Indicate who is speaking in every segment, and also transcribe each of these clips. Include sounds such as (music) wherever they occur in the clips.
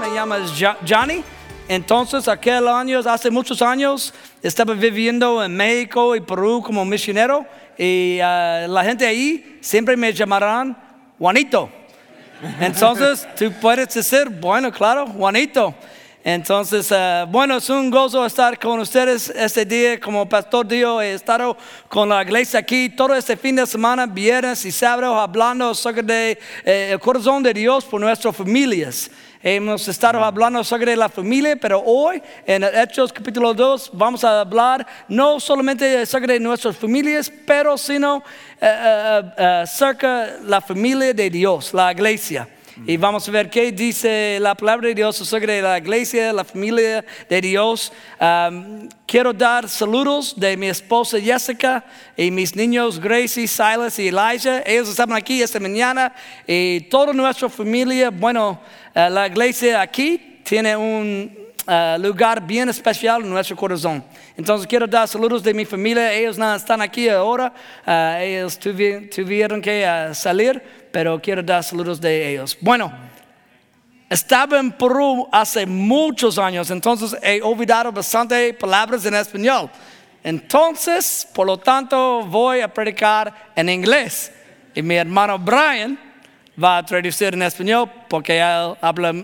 Speaker 1: me llamo Jo- Johnny. Entonces, aquel año, hace muchos años, estaba viviendo en México y Perú como misionero. Y ah, la gente ahí siempre me llamarán Juanito. Entonces, (laughs) tú puedes decir, bueno, claro, Juanito. Entonces, eh, bueno, es un gozo estar con ustedes este día como pastor Dio. He estado con la iglesia aquí todo este fin de semana, viernes y sábado, hablando sobre de, eh, el corazón de Dios por nuestras familias. Hemos estado hablando sobre la familia, pero hoy en Hechos capítulo 2 vamos a hablar no solamente sobre nuestras familias, pero sino eh, eh, eh, acerca la familia de Dios, la iglesia. Y vamos a ver qué dice la palabra de Dios sobre la iglesia, la familia de Dios. Am, quiero dar saludos de mi esposa Jessica y mis niños Gracie, Silas y Elijah. Ellos estaban aquí esta mañana y toda nuestra familia, bueno, eh, la iglesia aquí tiene un eh, lugar bien especial en nuestro corazón. Entonces quiero dar saludos de mi familia. Ellos no están aquí ahora. Ah, ellos tuvi- tuvieron que ah, salir, pero quiero dar saludos de ellos. Bueno, estaba en Perú hace muchos años, entonces he olvidado bastante palabras en español. Entonces, por lo tanto, voy a predicar en inglés. Y mi hermano Brian va a traducir en español porque él habla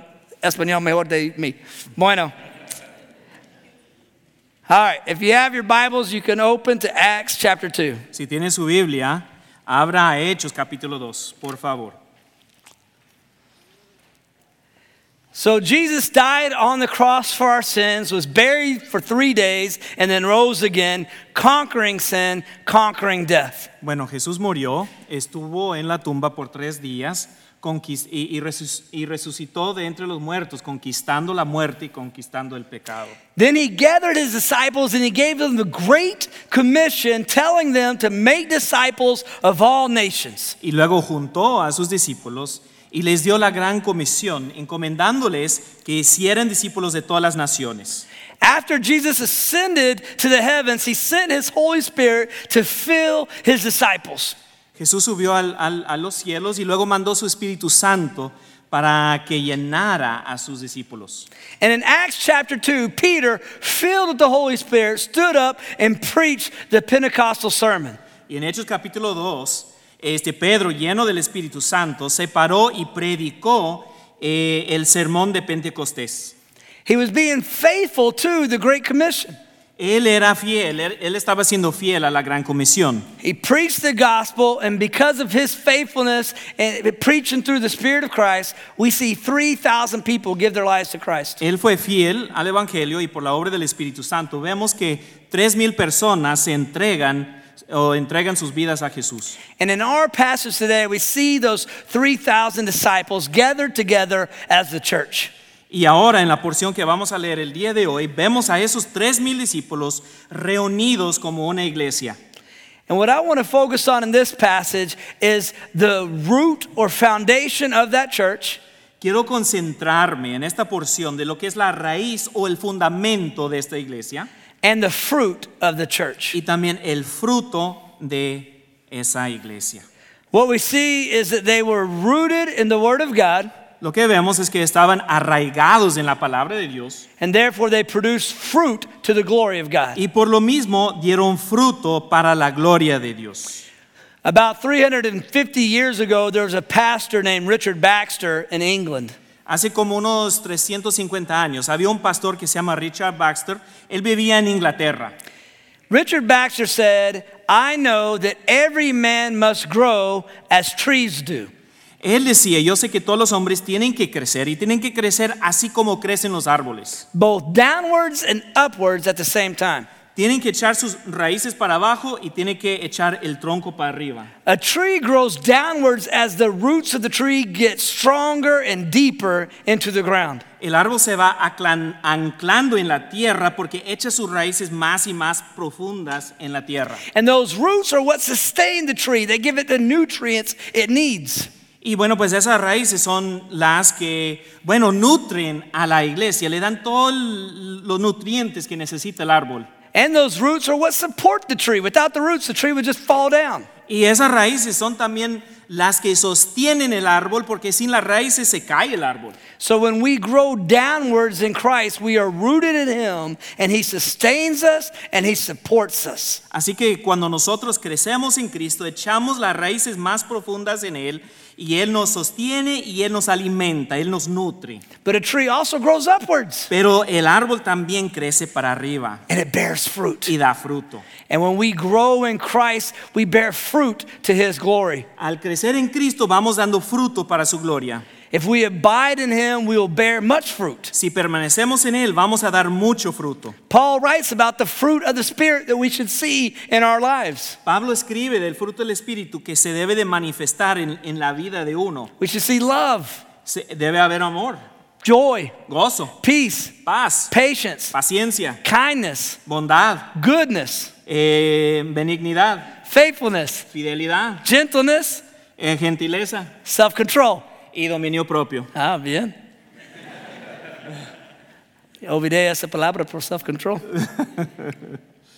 Speaker 1: español mejor de mí. Bueno. All right, if you have your Bibles, you can open to Acts chapter 2.
Speaker 2: Si tiene su Biblia, abra a Hechos capítulo 2, por favor.
Speaker 1: So Jesus died on the cross for our sins, was buried for three days, and then rose again, conquering sin, conquering death.
Speaker 2: Bueno, Jesús murió, estuvo en la tumba por tres días conquis- y, y resus- y resucitó de entre los muertos, conquistando la muerte y conquistando el pecado.
Speaker 1: Then he gathered his disciples and he gave them the great commission, telling them to make disciples of all nations.
Speaker 2: Y luego juntó a sus discípulos y les dio la gran comisión, encomendándoles que hicieran discípulos de todas las naciones.
Speaker 1: After Jesus ascended to the heavens, he sent his Holy Spirit to fill his disciples.
Speaker 2: Jesús subió al- al- a los cielos y luego mandó su Espíritu Santo para que llenara a sus discípulos.
Speaker 1: And in Acts chapter 2, Peter, filled with the Holy Spirit, stood up and preached the Pentecostal sermon.
Speaker 2: Y en Hechos capítulo 2, este Pedro, lleno del Espíritu Santo, se paró y predicó eh, el sermón de Pentecostés.
Speaker 1: He was being faithful to the Great Commission.
Speaker 2: Él era fiel, él, él estaba siendo fiel a la gran comisión.
Speaker 1: He preached the gospel, and because of his faithfulness and preaching through the Spirit of Christ, we see 3,000 people give their lives to Christ.
Speaker 2: Él fue fiel al Evangelio y por la obra del Espíritu Santo vemos que tres mil personas se entregan o entregan sus vidas a Jesús.
Speaker 1: And in our passage today, we see those 3,000 disciples gathered together as the church.
Speaker 2: Y ahora en la porción que vamos a leer el día de hoy vemos a esos tres mil discípulos reunidos como una iglesia.
Speaker 1: And what I want to focus on in this passage is the root or foundation of that church,
Speaker 2: Quiero concentrarme en esta porción de lo que es la raíz o el fundamento de esta iglesia
Speaker 1: and the fruit of the church.
Speaker 2: y también el fruto de esa iglesia.
Speaker 1: What we see is that they were rooted in the Word of God.
Speaker 2: Lo que vemos es que estaban arraigados en la palabra de Dios
Speaker 1: And therefore they produce fruit to the glory of God.
Speaker 2: y por lo mismo dieron fruto para la gloria de Dios.
Speaker 1: About 350 years ago, there was a pastor named Richard Baxter in England.
Speaker 2: Hace como unos 350 años había un pastor que se llama Richard Baxter, él vivía en Inglaterra.
Speaker 1: Richard Baxter said, I know that every man must grow as trees do.
Speaker 2: Él decía, yo sé que todos los hombres tienen que crecer y tienen que crecer así como crecen los árboles.
Speaker 1: Both downwards and upwards at the same time.
Speaker 2: Tienen que echar sus raíces para abajo y tienen que echar el tronco para arriba.
Speaker 1: A tree grows downwards as the roots of the tree get stronger and deeper into the ground.
Speaker 2: El árbol se va aclan- anclando en la tierra porque echa sus raíces más y más profundas en la tierra.
Speaker 1: And those roots are what sustain the tree, they give it the nutrients it needs.
Speaker 2: Y bueno, pues esas raíces son las que, bueno, nutren a la iglesia, le dan todos los nutrientes que necesita el árbol.
Speaker 1: And those roots are what support the tree. Without the roots, the tree would just fall down.
Speaker 2: Y esas raíces son también las que sostienen el árbol, porque sin las raíces se cae el árbol.
Speaker 1: So when we grow downwards in Christ, we are rooted in Him, and He sustains us and He supports us.
Speaker 2: Así que cuando nosotros crecemos en Cristo, echamos las raíces más profundas en Él y Él nos sostiene y Él nos alimenta, Él nos nutre.
Speaker 1: But a tree also grows upwards
Speaker 2: Pero el árbol también crece para arriba
Speaker 1: and it bears fruit.
Speaker 2: y da fruto.
Speaker 1: And when we grow in Christ, we bear fruit to His glory.
Speaker 2: Al crecer en Cristo vamos dando fruto para su gloria.
Speaker 1: If we abide in Him, we will bear much fruit.
Speaker 2: Si permanecemos en Él vamos a dar mucho fruto.
Speaker 1: Paul writes about the fruit of the Spirit that we should see in our lives.
Speaker 2: Pablo escribe del fruto del Espíritu que se debe de manifestar en, en la vida de uno.
Speaker 1: We should see love,
Speaker 2: Se- debe haber amor,
Speaker 1: joy,
Speaker 2: gozo,
Speaker 1: peace,
Speaker 2: paz,
Speaker 1: patience,
Speaker 2: paciencia,
Speaker 1: kindness,
Speaker 2: bondad,
Speaker 1: goodness,
Speaker 2: eh, benignidad,
Speaker 1: faithfulness,
Speaker 2: fidelidad,
Speaker 1: gentleness,
Speaker 2: eh, gentileza
Speaker 1: self control.
Speaker 2: y dominio propio.
Speaker 1: Ah, bien. Olvidé esa palabra por self control. (laughs)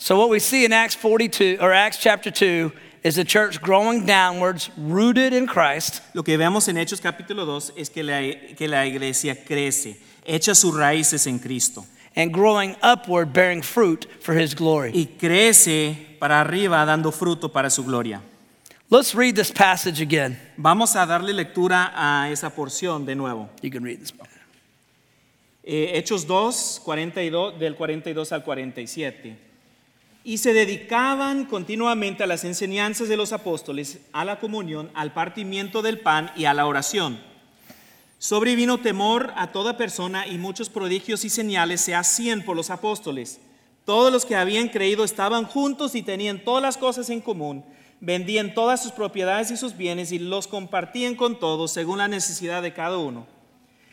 Speaker 1: so, what we see in Acts 42 or Acts chapter 2 is the church growing downwards, rooted in Christ,
Speaker 2: Lo que vemos en Hechos capítulo 2 es que la, que la iglesia crece, echa sus raíces en Cristo
Speaker 1: and growing upward, bearing fruit for his glory.
Speaker 2: y crece para arriba dando fruto para su gloria.
Speaker 1: Let's read this passage again.
Speaker 2: Vamos a darle lectura a esa porción de nuevo.
Speaker 1: You can read this. part.
Speaker 2: Eh, Hechos 2, 42, del 42 al 47. Y se dedicaban continuamente a las enseñanzas de los apóstoles, a la comunión, al partimiento del pan y a la oración. Sobrevino temor a toda persona y muchos prodigios y señales se hacían por los apóstoles. Todos los que habían creído estaban juntos y tenían todas las cosas en común. Vendían todas sus propiedades y sus bienes y los compartían con todos según la necesidad de cada uno.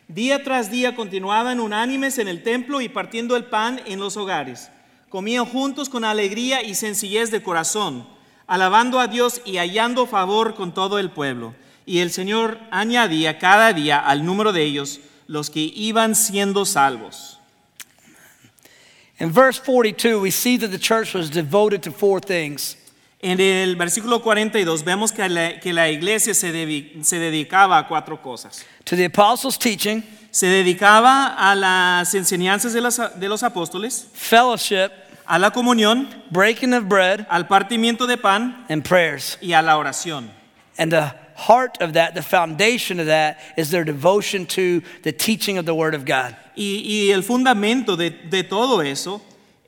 Speaker 2: Día tras día continuaban unánimes en el templo y partiendo el pan en los hogares. Comían juntos con alegría y sencillez de corazón, alabando a Dios y hallando favor con todo el pueblo. Y el Señor añadía cada día al número de ellos los que iban siendo salvos.
Speaker 1: In verse 42, we see that the church was devoted to four things
Speaker 2: En el versículo 42 vemos que la, que la iglesia se, debi- se dedicaba a cuatro cosas.
Speaker 1: to the apostles' teaching,
Speaker 2: Se dedicaba a las enseñanzas de las- de los apóstoles,
Speaker 1: fellowship,
Speaker 2: a la comunión,
Speaker 1: breaking of bread,
Speaker 2: al partimiento de pan
Speaker 1: and prayers.
Speaker 2: y a la oración.
Speaker 1: And the heart of that, the foundation of that, is their devotion to the teaching of the Word of God.
Speaker 2: Y, y el fundamento de, de todo eso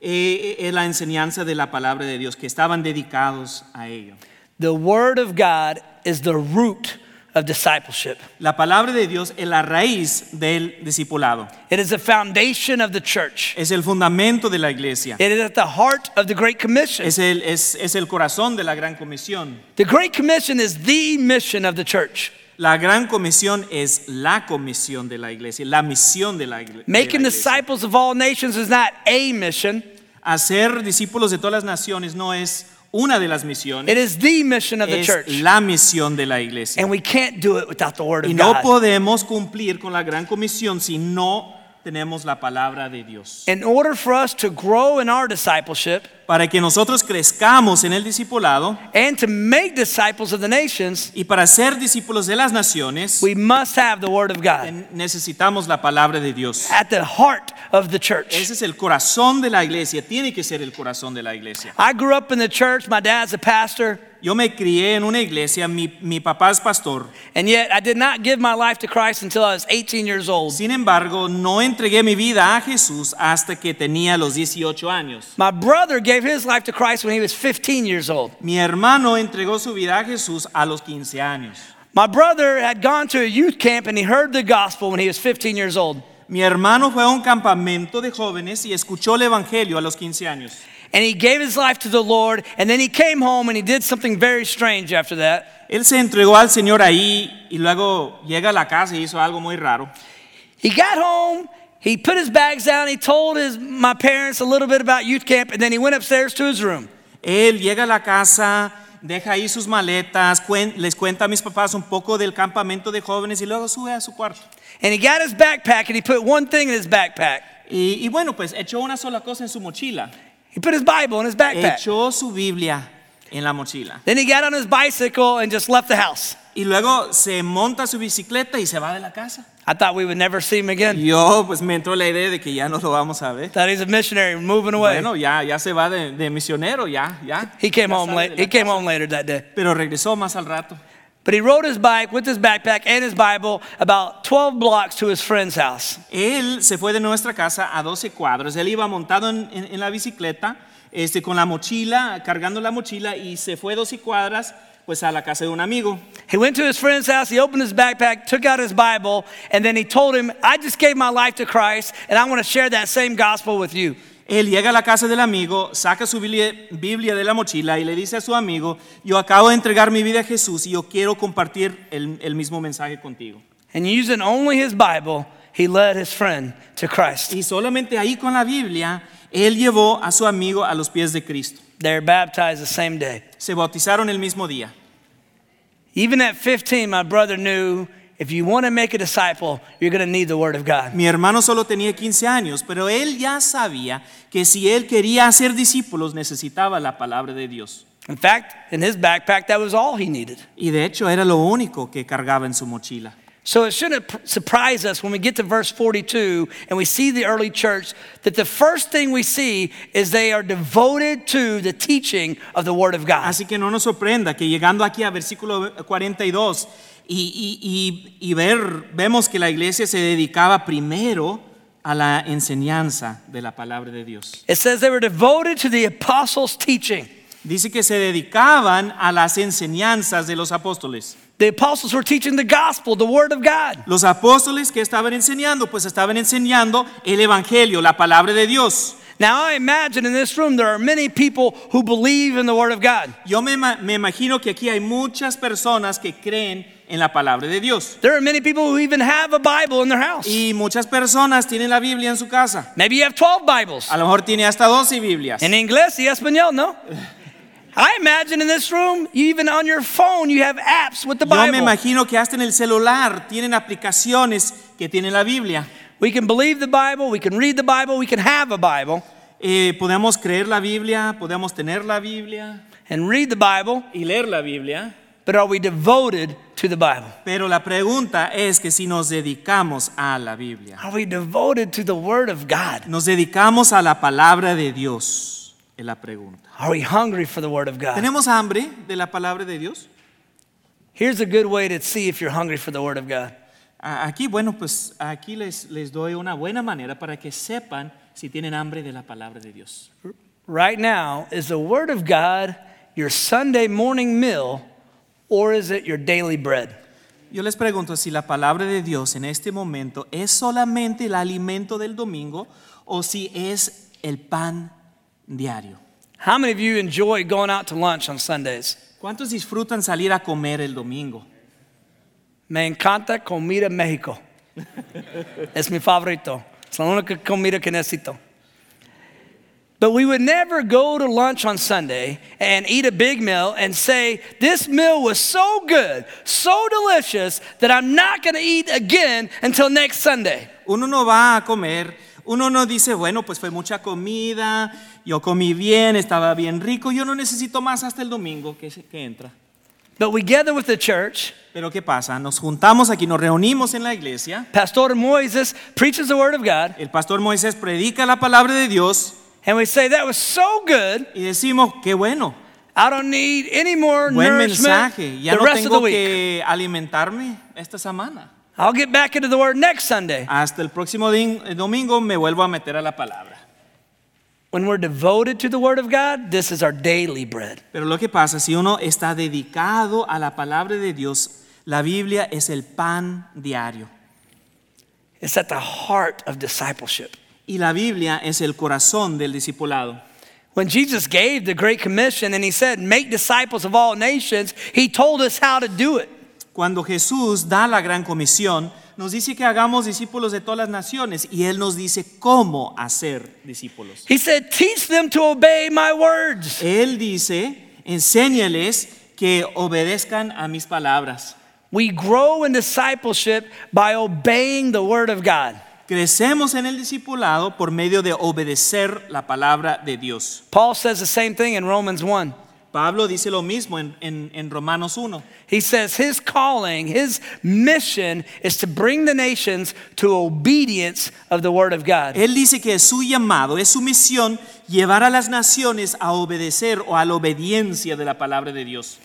Speaker 2: eh, es la enseñanza de la palabra de Dios, que estaban dedicados a ello.
Speaker 1: The Word of God is the root of discipleship,
Speaker 2: La palabra de Dios es la raíz del discipulado,
Speaker 1: it is the foundation of the church,
Speaker 2: es el fundamento de la iglesia,
Speaker 1: it is at the heart of the Great Commission.
Speaker 2: es el, es, es el corazón de la gran comisión.
Speaker 1: The Great Commission is the mission of the church,
Speaker 2: La gran comisión es la comisión de la iglesia, la misión de la, igle- de la
Speaker 1: making
Speaker 2: iglesia.
Speaker 1: disciples of all nations is not a mission.
Speaker 2: Hacer discípulos de todas las naciones no es una de las misiones,
Speaker 1: It is the mission of the
Speaker 2: es
Speaker 1: church.
Speaker 2: la misión de la iglesia.
Speaker 1: And we can't do it without the Word
Speaker 2: Y
Speaker 1: of
Speaker 2: no
Speaker 1: God.
Speaker 2: podemos cumplir con la gran comisión si no tenemos la palabra de Dios.
Speaker 1: In order for us to grow in our discipleship
Speaker 2: Para que nosotros crezcamos en el discipulado
Speaker 1: and to make disciples of the nations,
Speaker 2: y para ser discípulos de las naciones,
Speaker 1: We must have the Word of God
Speaker 2: ten- necesitamos la palabra de Dios.
Speaker 1: at the heart of the church.
Speaker 2: Ese es el corazón de la iglesia, tiene que ser el corazón de la iglesia.
Speaker 1: I grew up in the church. My dad's a pastor,
Speaker 2: Yo me crié en una iglesia, mi, mi papá es pastor.
Speaker 1: and yet I did not give my life to Christ until I was 18 years old.
Speaker 2: Sin embargo, no entregué mi vida a Jesús hasta que tenía los 18 años.
Speaker 1: My brother gave his life to Christ when he was 15 years old.
Speaker 2: Mi hermano entregó su vida a Jesús a los 15 años.
Speaker 1: My brother had gone to a youth camp and he heard the gospel when he was 15 years old.
Speaker 2: Mi hermano fue a un campamento de jóvenes y escuchó el Evangelio a los 15 años.
Speaker 1: And he gave his life to the Lord, and then he came home and he did something very strange after that.
Speaker 2: Él se entregó al Señor ahí y luego llega a la casa y hizo algo muy raro.
Speaker 1: He got home, he put his bags down, he told his, my parents a little bit about youth camp, and then he went upstairs to his room.
Speaker 2: Él llega a la casa, deja ahí sus maletas, cuen- les cuenta a mis papás un poco del campamento de jóvenes y luego sube a su cuarto.
Speaker 1: And he got his backpack and he put one thing in his backpack.
Speaker 2: Y, y bueno, pues echó una sola cosa en su mochila.
Speaker 1: He put his Bible in his backpack.
Speaker 2: Echó su Biblia en la mochila.
Speaker 1: Then he got on his bicycle and just left the house.
Speaker 2: Y luego se monta su bicicleta y se va de la casa.
Speaker 1: I thought we would never see him again.
Speaker 2: Yo pues me entró la idea de que ya no lo vamos a ver.
Speaker 1: Thought he's a missionary moving away.
Speaker 2: Bueno, ya, ya se va de, de misionero, ya, ya.
Speaker 1: he came
Speaker 2: Ya
Speaker 1: home late.
Speaker 2: sale de la
Speaker 1: He came
Speaker 2: casa.
Speaker 1: home later that day.
Speaker 2: Pero regresó más al rato.
Speaker 1: But he rode his bike with his backpack and his Bible about 12 blocks to his friend's house.
Speaker 2: Él se fue de nuestra casa a 12 cuadros. Él iba montado en, en- en la bicicleta, este, con la mochila, cargando la mochila, y se fue 12 cuadras, pues a la casa de un amigo.
Speaker 1: He went to his friend's house, he opened his backpack, took out his Bible, and then he told him, I just gave my life to Christ, and I want to share that same gospel with you.
Speaker 2: Él llega a la casa del amigo, saca su biblia, Biblia de la mochila y le dice a su amigo, yo acabo de entregar mi vida a Jesús y yo quiero compartir el, el mismo mensaje contigo.
Speaker 1: And using only his Bible, he led his friend to Christ.
Speaker 2: Y solamente ahí con la Biblia, él llevó a su amigo a los pies de Cristo.
Speaker 1: They were baptized the same day.
Speaker 2: Se bautizaron el mismo día.
Speaker 1: Even at 15, my brother knew if you want to make a disciple, you're going to need the Word of God.
Speaker 2: Mi hermano solo tenía 15 años, pero él ya sabía que si él quería hacer discípulos necesitaba la palabra de Dios.
Speaker 1: In fact, in his backpack, that was all he needed.
Speaker 2: Y de hecho era lo único que cargaba en su mochila.
Speaker 1: So it shouldn't pr- surprise us when we get to verse 42 and we see the early church that the first thing we see is they are devoted to the teaching of the Word of God.
Speaker 2: Así que no nos sorprenda que llegando aquí a versículo 42 y, y- y- y ver, vemos que la iglesia se dedicaba primero a la enseñanza de la palabra de Dios.
Speaker 1: It says they were devoted to the apostles' teaching.
Speaker 2: Dice que se dedicaban a las enseñanzas de los apóstoles.
Speaker 1: The apostles were teaching the gospel, the Word of God.
Speaker 2: Los apóstoles que estaban enseñando, pues estaban enseñando el Evangelio, la palabra de Dios.
Speaker 1: Now, I imagine in this room there are many people who believe in the Word of God.
Speaker 2: Yo me, ima- me imagino que aquí hay muchas personas que creen en la palabra de Dios.
Speaker 1: There are many people who even have a Bible in their house.
Speaker 2: Y muchas personas tienen la Biblia en su casa.
Speaker 1: Maybe you have 12 Bibles.
Speaker 2: A lo mejor tiene hasta 12 Biblias.
Speaker 1: En inglés y español, no? (laughs) I imagine in this room, you even on your phone, you have apps with the
Speaker 2: Yo me
Speaker 1: Bible.
Speaker 2: imagino que hasta en el celular tienen aplicaciones que tienen la Biblia.
Speaker 1: We can believe the Bible, we can read the Bible, we can have a Bible
Speaker 2: Eh, podemos creer la Biblia, podemos tener la Biblia
Speaker 1: and read the Bible,
Speaker 2: y leer la Biblia.
Speaker 1: but are we devoted to the Bible?
Speaker 2: Pero la pregunta es que si nos dedicamos a la Biblia,
Speaker 1: Are we devoted to the Word of God?
Speaker 2: nos dedicamos a la palabra de Dios, es la pregunta.
Speaker 1: Are we hungry for the Word of God?
Speaker 2: ¿Tenemos hambre de la palabra de Dios?
Speaker 1: Here's a good way to see if you're hungry for the Word of God.
Speaker 2: A- Aquí, bueno, pues aquí les, les doy una buena manera para que sepan si tienen hambre de la palabra de Dios.
Speaker 1: Right now, is the Word of God your Sunday morning meal or is it your daily bread?
Speaker 2: Yo les pregunto si la palabra de Dios en este momento es solamente el alimento del domingo o si es el pan diario.
Speaker 1: How many of you enjoy going out to lunch on Sundays?
Speaker 2: ¿Cuántos disfrutan salir a comer el domingo?
Speaker 1: Me encanta comida México. es mi favorito. Es la única comida que necesito. But we would never go to lunch on Sunday and eat a big meal and say, This meal was so good, so delicious, that I'm not going to eat again until next Sunday.
Speaker 2: Uno no va a comer, uno no dice, bueno, pues fue mucha comida, yo comí bien, estaba bien rico, yo no necesito más hasta el domingo que, se- que entra.
Speaker 1: But we gather with the church.
Speaker 2: Pero ¿qué pasa? Nos juntamos aquí, nos reunimos en la iglesia,
Speaker 1: Pastor Moises preaches the Word of God.
Speaker 2: el pastor Moisés predica la palabra de Dios
Speaker 1: And we say, That was so good.
Speaker 2: y decimos, qué bueno,
Speaker 1: I don't need any more
Speaker 2: Buen
Speaker 1: nourishment
Speaker 2: mensaje. Ya
Speaker 1: the
Speaker 2: no
Speaker 1: rest of the
Speaker 2: tengo
Speaker 1: week.
Speaker 2: que alimentarme esta semana.
Speaker 1: I'll get back into the word next Sunday.
Speaker 2: Hasta el próximo din- domingo me vuelvo a meter a la palabra.
Speaker 1: When we're devoted to the word of God, this is our daily bread.
Speaker 2: Pero lo que pasa, si uno está dedicado a la palabra de Dios, la Biblia es el pan diario.
Speaker 1: It's at the heart of discipleship.
Speaker 2: Y la Biblia es el corazón del discipulado.
Speaker 1: When Jesus gave the Great Commission and he said, Make disciples of all nations, he told us how to do it.
Speaker 2: Cuando Jesús da la gran comisión, nos dice que hagamos discípulos de todas las naciones y Él nos dice cómo hacer discípulos.
Speaker 1: He said, Teach them to obey my words.
Speaker 2: Él dice, enséñales que obedezcan a mis palabras.
Speaker 1: We grow in discipleship by obeying the word of God.
Speaker 2: Crecemos en el discipulado por medio de obedecer la palabra de Dios.
Speaker 1: Paul says the same thing in Romans 1.
Speaker 2: Pablo dice lo mismo en, en- en Romanos 1.
Speaker 1: He says his calling, his mission is to bring the nations to obedience of the word of God.
Speaker 2: Él dice que es su llamado, es su misión llevar a las naciones a obedecer o a la obediencia de la palabra de Dios.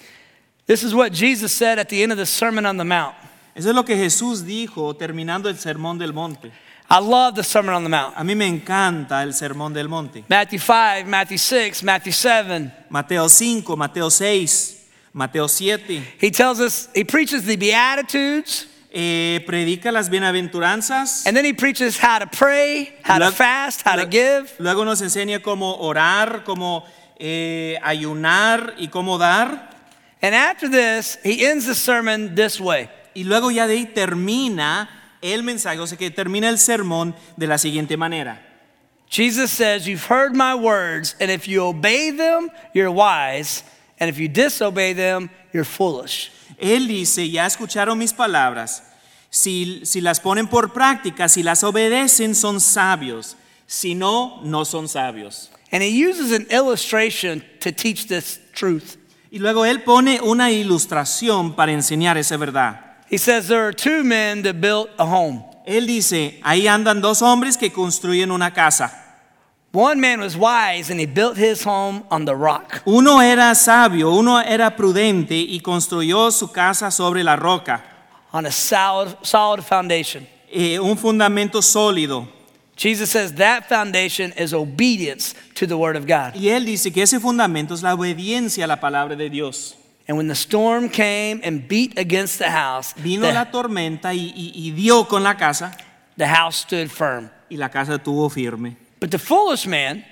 Speaker 1: This is what Jesus said at the end of the Sermon on the Mount.
Speaker 2: Eso es lo que Jesús dijo terminando el Sermón del Monte.
Speaker 1: I love the Sermon on the Mount.
Speaker 2: A mí me encanta el Sermón del Monte.
Speaker 1: Matthew 5, Matthew 6, Matthew 7.
Speaker 2: Mateo 5, Mateo 6, Mateo 7.
Speaker 1: He tells us, he preaches the Beatitudes,
Speaker 2: Eh, predica las bienaventuranzas.
Speaker 1: and then he preaches how to pray, how to
Speaker 2: Luego-
Speaker 1: fast, how to
Speaker 2: lue-
Speaker 1: give.
Speaker 2: Luego nos enseña cómo orar, cómo eh, ayunar y cómo dar.
Speaker 1: And after this, he ends the sermon this way.
Speaker 2: Y luego ya de ahí termina el mensaje, o sea que termina el sermón de la siguiente manera.
Speaker 1: Jesus says, You've heard my words, and if you obey them, you're wise, and if you disobey them, you're foolish.
Speaker 2: Él dice, ya escucharon mis palabras, si, si las ponen por práctica, si las obedecen, son sabios, si no, no son sabios.
Speaker 1: And he uses an illustration to teach this truth.
Speaker 2: Y luego él pone una ilustración para enseñar esa verdad.
Speaker 1: He says, There are two men that built a home.
Speaker 2: Él dice, ahí andan dos hombres que construyen una casa.
Speaker 1: One man was wise, and he built his home on the rock.
Speaker 2: Uno era sabio, uno era prudente y construyó su casa sobre la roca,
Speaker 1: on a solid, solid foundation.
Speaker 2: eh, un fundamento sólido.
Speaker 1: Jesus says that foundation is obedience to the Word of God.
Speaker 2: Y él dice que ese fundamento es la obediencia a la palabra de Dios.
Speaker 1: And when the storm came and beat against the house,
Speaker 2: Vino
Speaker 1: the,
Speaker 2: la tormenta y, y- y dio con la casa
Speaker 1: the house stood firm.
Speaker 2: y la casa tuvo firme.
Speaker 1: But the foolish man,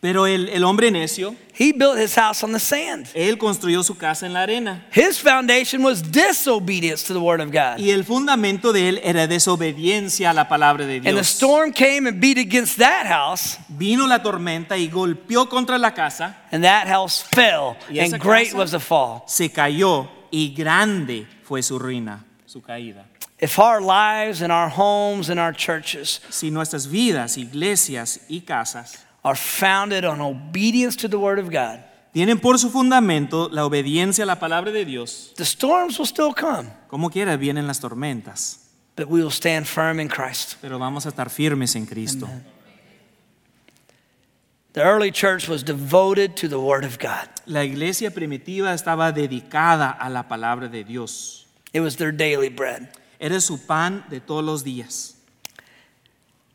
Speaker 2: Pero el, el hombre necio,
Speaker 1: he built his house on the sand.
Speaker 2: él construyó su casa en la arena.
Speaker 1: His foundation was disobedience to the Word of God.
Speaker 2: Y el fundamento de él era desobediencia a la palabra de
Speaker 1: And the
Speaker 2: Dios.
Speaker 1: storm came and beat against that house,
Speaker 2: Vino la tormenta y golpeó contra la casa,
Speaker 1: and that house fell.
Speaker 2: Y esa
Speaker 1: and great
Speaker 2: casa-
Speaker 1: was the fall.
Speaker 2: se cayó y grande fue su ruina, su caída.
Speaker 1: If our lives and our homes and our churches
Speaker 2: si nuestras vidas, iglesias y casas
Speaker 1: are founded on obedience to the Word of God,
Speaker 2: tienen por su fundamento la obediencia a la palabra de Dios,
Speaker 1: The storms will still come,
Speaker 2: como quiera vienen las tormentas,
Speaker 1: but we will stand firm in Christ.
Speaker 2: pero vamos a estar firmes en Cristo.
Speaker 1: The early church was devoted to the Word of God,
Speaker 2: La iglesia primitiva estaba dedicada a la palabra de Dios.
Speaker 1: it was their daily bread.
Speaker 2: Era su pan de todos los días.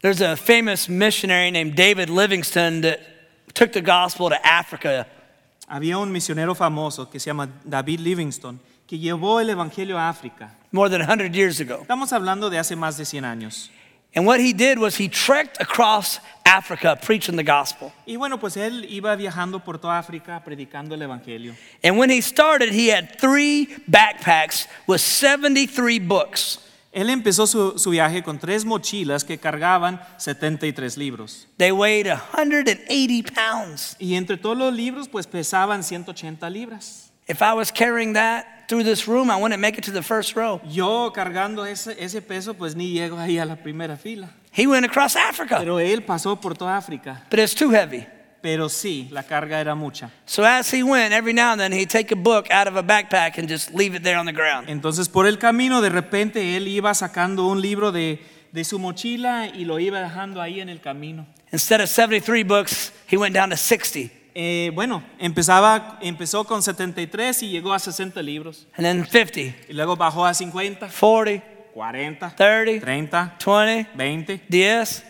Speaker 1: There's a famous missionary named David Livingston that took the gospel to Africa.
Speaker 2: Había un misionero famoso que se llama David Livingston, que llevó el Evangelio a África.
Speaker 1: More than 100 years ago.
Speaker 2: Estamos hablando de hace más de 100 años.
Speaker 1: And what he did was he trekked across Africa preaching the gospel.
Speaker 2: Y bueno, pues él iba viajando por toda África predicando el Evangelio.
Speaker 1: And when he started, he had three backpacks with 73 books.
Speaker 2: Él empezó su, su viaje con tres mochilas que cargaban 73 libros.
Speaker 1: They weighed 180 pounds.
Speaker 2: Y entre todos los libros, pues pesaban 180 libras.
Speaker 1: If I was carrying that through this room, I wouldn't make it to the first row.
Speaker 2: Yo cargando ese, ese peso, pues ni llego ahí a la primera fila.
Speaker 1: He went across Africa,
Speaker 2: Pero él pasó por toda África.
Speaker 1: but it's too heavy.
Speaker 2: Pero sí, la carga era mucha.
Speaker 1: So as he went, every now and then he'd take a book out of a backpack and just leave it there on the ground.
Speaker 2: Entonces, por el camino, de repente él iba sacando un libro de, de su mochila y lo iba dejando ahí en el camino.
Speaker 1: Instead of 73 books, he went down to 60,
Speaker 2: Eh, bueno, empezaba, empezó con 73 y llegó a 60 libros.
Speaker 1: and then 50,
Speaker 2: Y luego bajó a 50,
Speaker 1: 40,
Speaker 2: 40,
Speaker 1: 30,
Speaker 2: 30,
Speaker 1: 20,
Speaker 2: 20.
Speaker 1: 10.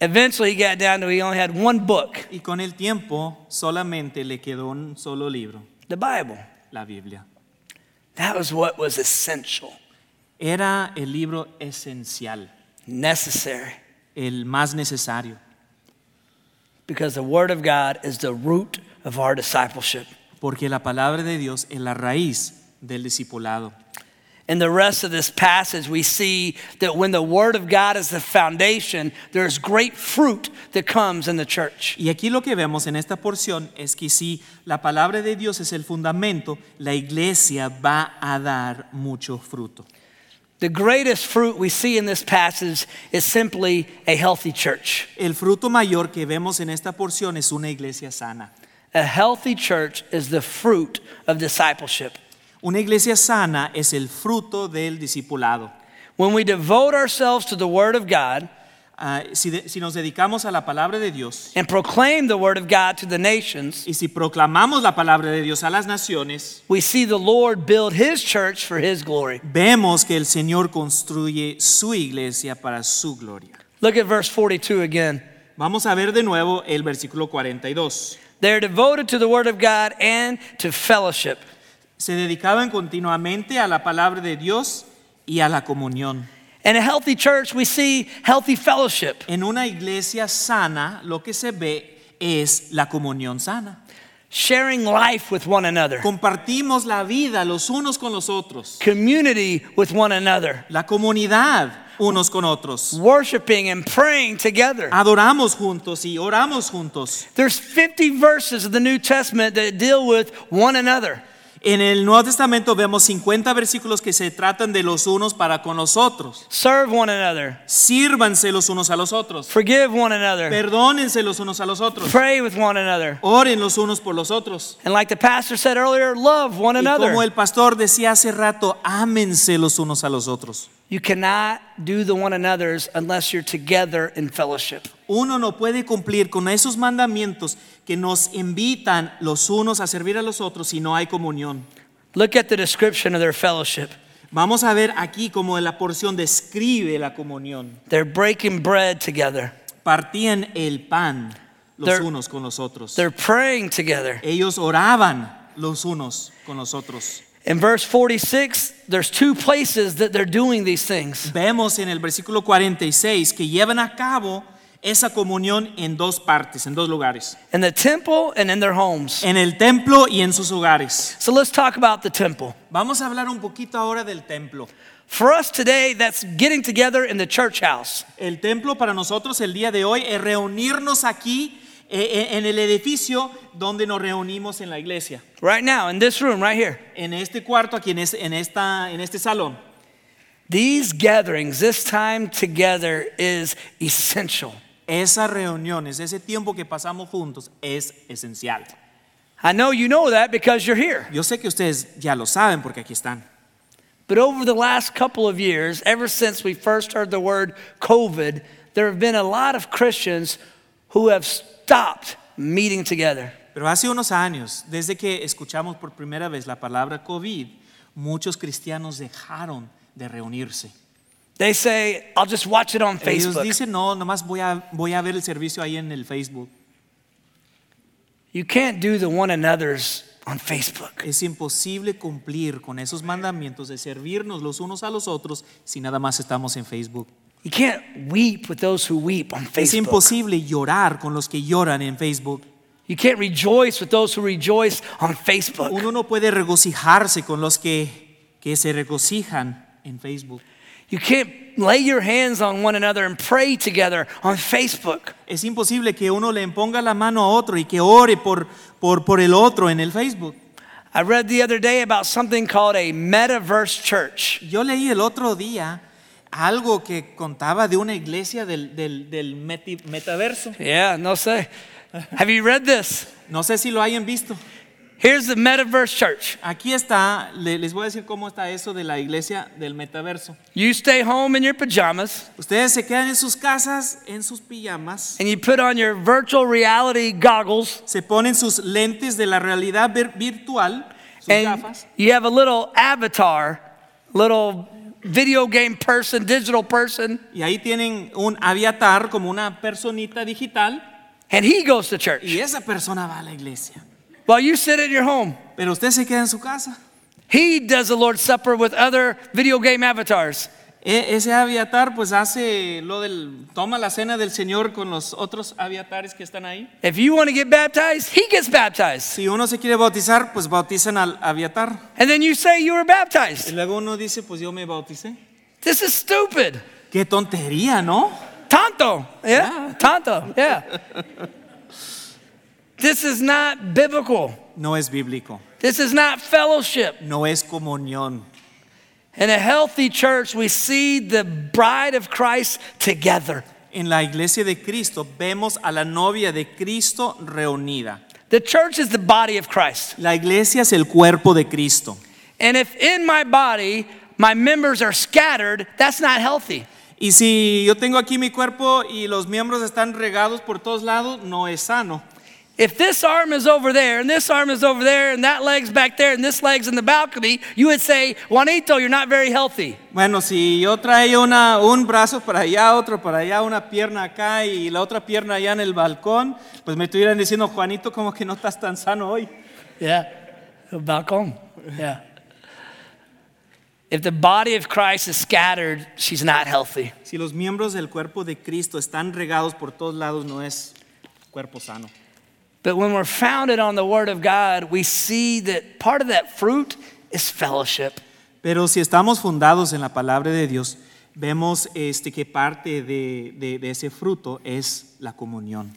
Speaker 1: Eventually, he got down to he only had one book,
Speaker 2: Y con el tiempo solamente le quedó un solo libro,
Speaker 1: the Bible.
Speaker 2: la Biblia.
Speaker 1: That was what was essential,
Speaker 2: Era el libro esencial,
Speaker 1: necessary,
Speaker 2: el más necesario,
Speaker 1: because the Word of God is the root of our discipleship.
Speaker 2: porque la palabra de Dios es la raíz del discipulado.
Speaker 1: In the rest of this passage, we see that when the Word of God is the foundation, there's great fruit that comes in the church.
Speaker 2: Y aquí lo que vemos en esta porción es que si la palabra de Dios es el fundamento, la iglesia va a dar mucho fruto.
Speaker 1: The greatest fruit we see in this passage is simply a healthy church.
Speaker 2: El fruto mayor que vemos en esta porción es una iglesia sana.
Speaker 1: A healthy church is the fruit of discipleship.
Speaker 2: Una iglesia sana es el fruto del discipulado.
Speaker 1: When we devote ourselves to the Word of God
Speaker 2: Ah, si, de- si nos dedicamos a la palabra de Dios
Speaker 1: and proclaim the Word of God to the nations,
Speaker 2: y si proclamamos la palabra de Dios a las naciones,
Speaker 1: we see the Lord build His church for His glory.
Speaker 2: vemos que el Señor construye su iglesia para su gloria.
Speaker 1: Look at verse 42 again.
Speaker 2: Vamos a ver de nuevo el versículo 42.
Speaker 1: They're devoted to the Word of God and to fellowship.
Speaker 2: Se dedicaban continuamente a la palabra de Dios y a la comunión.
Speaker 1: In a healthy church, we see healthy fellowship.
Speaker 2: En una iglesia sana lo que se ve es la comunión sana.
Speaker 1: sharing life with one another,
Speaker 2: Compartimos la vida los unos con los otros,
Speaker 1: community with one another,
Speaker 2: la comunidad unos con otros.
Speaker 1: worshiping and praying together.
Speaker 2: Adoramos juntos y oramos juntos.
Speaker 1: There's 50 verses of the New Testament that deal with one another.
Speaker 2: En el Nuevo Testamento vemos 50 versículos que se tratan de los unos para con los otros.
Speaker 1: Serve one another,
Speaker 2: Sírvanse los unos a los otros.
Speaker 1: forgive one another,
Speaker 2: Perdónense los unos a los otros.
Speaker 1: pray with one another.
Speaker 2: Oren los unos por los otros.
Speaker 1: And like the pastor said earlier, love one
Speaker 2: Y como
Speaker 1: another.
Speaker 2: el pastor decía hace rato, ámense los unos a los otros.
Speaker 1: You cannot do the one another's unless you're together in fellowship.
Speaker 2: Uno no puede cumplir con esos mandamientos que nos invitan los unos a servir a los otros si no hay comunión.
Speaker 1: Look at the description of their fellowship.
Speaker 2: Vamos a ver aquí cómo la porción describe la comunión.
Speaker 1: They're breaking bread together.
Speaker 2: Partían el pan los
Speaker 1: There-
Speaker 2: unos con los otros.
Speaker 1: They're praying together.
Speaker 2: Ellos oraban los unos con los otros.
Speaker 1: In verse 46, there's two places that they're doing these things.
Speaker 2: Vemos en el versículo 46 que llevan a cabo esa comunión en dos partes, en dos lugares,
Speaker 1: In the temple and in their homes.
Speaker 2: en el templo y en sus hogares.
Speaker 1: So let's talk about the temple.
Speaker 2: Vamos a hablar un poquito ahora del templo.
Speaker 1: For us today, that's getting together in the church house.
Speaker 2: El templo para nosotros el día de hoy es reunirnos aquí eh, eh, en el edificio donde nos reunimos en la iglesia,
Speaker 1: Right now, in this room, right here.
Speaker 2: en este cuarto, aquí en, es- en esta, en este salón.
Speaker 1: These gatherings, this time together is essential.
Speaker 2: Esas reuniones, ese tiempo que pasamos juntos es esencial.
Speaker 1: I know you know that because you're here.
Speaker 2: Yo sé que ustedes ya lo saben porque aquí están.
Speaker 1: But over the last couple of years, ever since we first heard the word COVID, there have been a lot of Christians who have stopped meeting together.
Speaker 2: Pero hace unos años, desde que escuchamos por primera vez la palabra COVID, muchos cristianos dejaron de reunirse.
Speaker 1: They say, I'll just watch it on
Speaker 2: Ellos
Speaker 1: Facebook.
Speaker 2: dicen, no, nomás voy a, voy a ver el servicio ahí en el Facebook.
Speaker 1: you can't do the one another's on Facebook.
Speaker 2: Es imposible cumplir con esos mandamientos de servirnos los unos a los otros si nada más estamos en Facebook.
Speaker 1: You can't weep with those who weep on
Speaker 2: Es
Speaker 1: Facebook.
Speaker 2: imposible llorar con los que lloran en Facebook.
Speaker 1: You can't rejoice with those who rejoice on Facebook.
Speaker 2: Uno no puede regocijarse con los que, que se regocijan en Facebook.
Speaker 1: You can't lay your hands on one another and pray together on Facebook.
Speaker 2: Es imposible que uno le imponga la mano a otro y que ore por, por, por el otro en el Facebook.
Speaker 1: I read the other day about something called a metaverse church.
Speaker 2: Yo leí el otro día algo que contaba de una iglesia del, del- del meti- metaverso.
Speaker 1: Yeah, no sé. Have you read this?
Speaker 2: No sé si lo hayan visto.
Speaker 1: Here's the metaverse church.
Speaker 2: Aquí está, le- les voy a decir cómo está eso de la iglesia del metaverso.
Speaker 1: You stay home in your pajamas
Speaker 2: Ustedes se quedan en sus casas, en sus pijamas,
Speaker 1: and you put on your virtual reality goggles
Speaker 2: se ponen sus lentes de la realidad vir- virtual, sus
Speaker 1: and
Speaker 2: gafas.
Speaker 1: you have a little avatar, little video game person, digital person,
Speaker 2: Y ahí tienen un avatar como una personita digital
Speaker 1: and he goes to church
Speaker 2: y esa persona va a la iglesia.
Speaker 1: while you sit in your home.
Speaker 2: Pero usted se queda en su casa.
Speaker 1: He does the Lord's Supper with other video game avatars.
Speaker 2: E- ese avatar pues hace lo del toma la cena del Señor con los otros avatares que están ahí.
Speaker 1: If you want to get baptized, he gets baptized.
Speaker 2: Si uno se quiere bautizar, pues bautizan al avatar.
Speaker 1: And then you say you were
Speaker 2: Y
Speaker 1: baptized.
Speaker 2: luego uno dice, pues yo me bauticé.
Speaker 1: This is stupid.
Speaker 2: Qué tontería, ¿no?
Speaker 1: Tonto. Yeah. Tonto. Yeah. This is not biblical.
Speaker 2: No es bíblico,
Speaker 1: This is not fellowship.
Speaker 2: no es comunión.
Speaker 1: In a healthy church, we see the bride of Christ together.
Speaker 2: En la iglesia de Cristo vemos a la novia de Cristo reunida.
Speaker 1: The church is the body of Christ.
Speaker 2: La iglesia es el cuerpo de Cristo.
Speaker 1: And if in my body my members are scattered, that's not healthy.
Speaker 2: Y si yo tengo aquí mi cuerpo y los miembros están regados por todos lados, no es sano.
Speaker 1: If this arm is over there and this arm is over there and that leg's back there and this leg's in the balcony, you would say, Juanito, you're not very healthy.
Speaker 2: Bueno, si yo traigo una, un brazo para allá, otro para allá, una pierna acá y la otra pierna allá en el balcón, pues me estuvieran diciendo, Juanito, como que no estás tan sano hoy.
Speaker 1: Yeah. Balcon. Yeah. If the body of Christ is scattered, she's not healthy.
Speaker 2: Si los miembros del cuerpo de Cristo están regados por todos lados, no es cuerpo sano.
Speaker 1: But when we're founded on the Word of God, we see that part of that fruit is fellowship.
Speaker 2: Pero si estamos fundados en la palabra de Dios, vemos este, que parte de, de- de ese fruto es la comunión.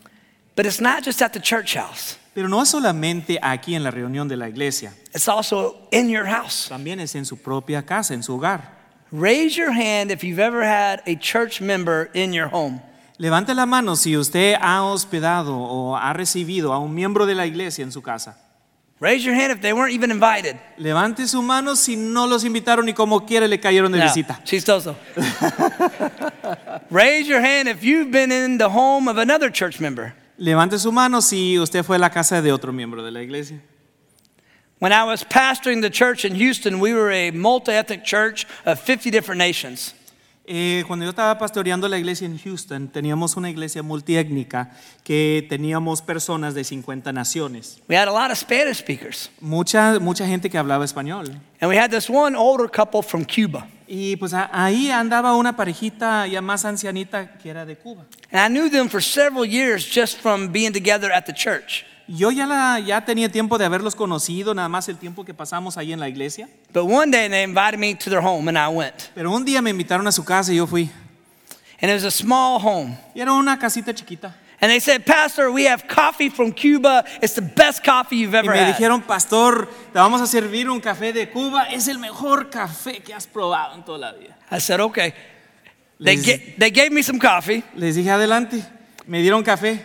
Speaker 1: But it's not just at the church house,
Speaker 2: Pero no es solamente aquí en la reunión de la iglesia,
Speaker 1: it's also in your house.
Speaker 2: también es en su propia casa, en su hogar.
Speaker 1: Raise your hand if you've ever had a church member in your home.
Speaker 2: Levante la mano si usted ha hospedado o ha recibido a un miembro de la iglesia en su casa.
Speaker 1: Raise your hand if they weren't even invited.
Speaker 2: Levante su mano si no los invitaron y como quiera le cayeron de
Speaker 1: No,
Speaker 2: visita.
Speaker 1: chistoso. Raise your hand if you've been in the home of another church member.
Speaker 2: Levante su mano si usted fue a la casa de otro miembro de la iglesia.
Speaker 1: When I was pastoring the church in Houston, we were a multi ethnic church of 50 different nations.
Speaker 2: Eh, cuando yo estaba pastoreando la iglesia en Houston, teníamos una iglesia multiétnica que teníamos personas de 50 naciones.
Speaker 1: We had a lot of Spanish speakers.
Speaker 2: Mucha, mucha gente que hablaba español.
Speaker 1: And we had this one older couple from Cuba.
Speaker 2: Y pues a- ahí andaba una parejita ya más ancianita que era de Cuba.
Speaker 1: And I knew them for several years just from being together at the church.
Speaker 2: Yo ya, la, ya tenía tiempo de haberlos conocido, nada más el tiempo que pasamos ahí en la iglesia.
Speaker 1: But one day they invited me to their home and I went.
Speaker 2: Pero un día me invitaron a su casa y yo fui.
Speaker 1: And it was a small home.
Speaker 2: Y era una casita chiquita.
Speaker 1: And they said, Pastor, we have coffee from Cuba. It's the best coffee you've
Speaker 2: Y
Speaker 1: ever
Speaker 2: me
Speaker 1: had.
Speaker 2: dijeron, pastor, te vamos a servir un café de Cuba. Es el mejor café que has probado en toda la vida.
Speaker 1: I said, okay. They,
Speaker 2: Les-
Speaker 1: ga- they gave me some coffee.
Speaker 2: Les dije adelante, me dieron café.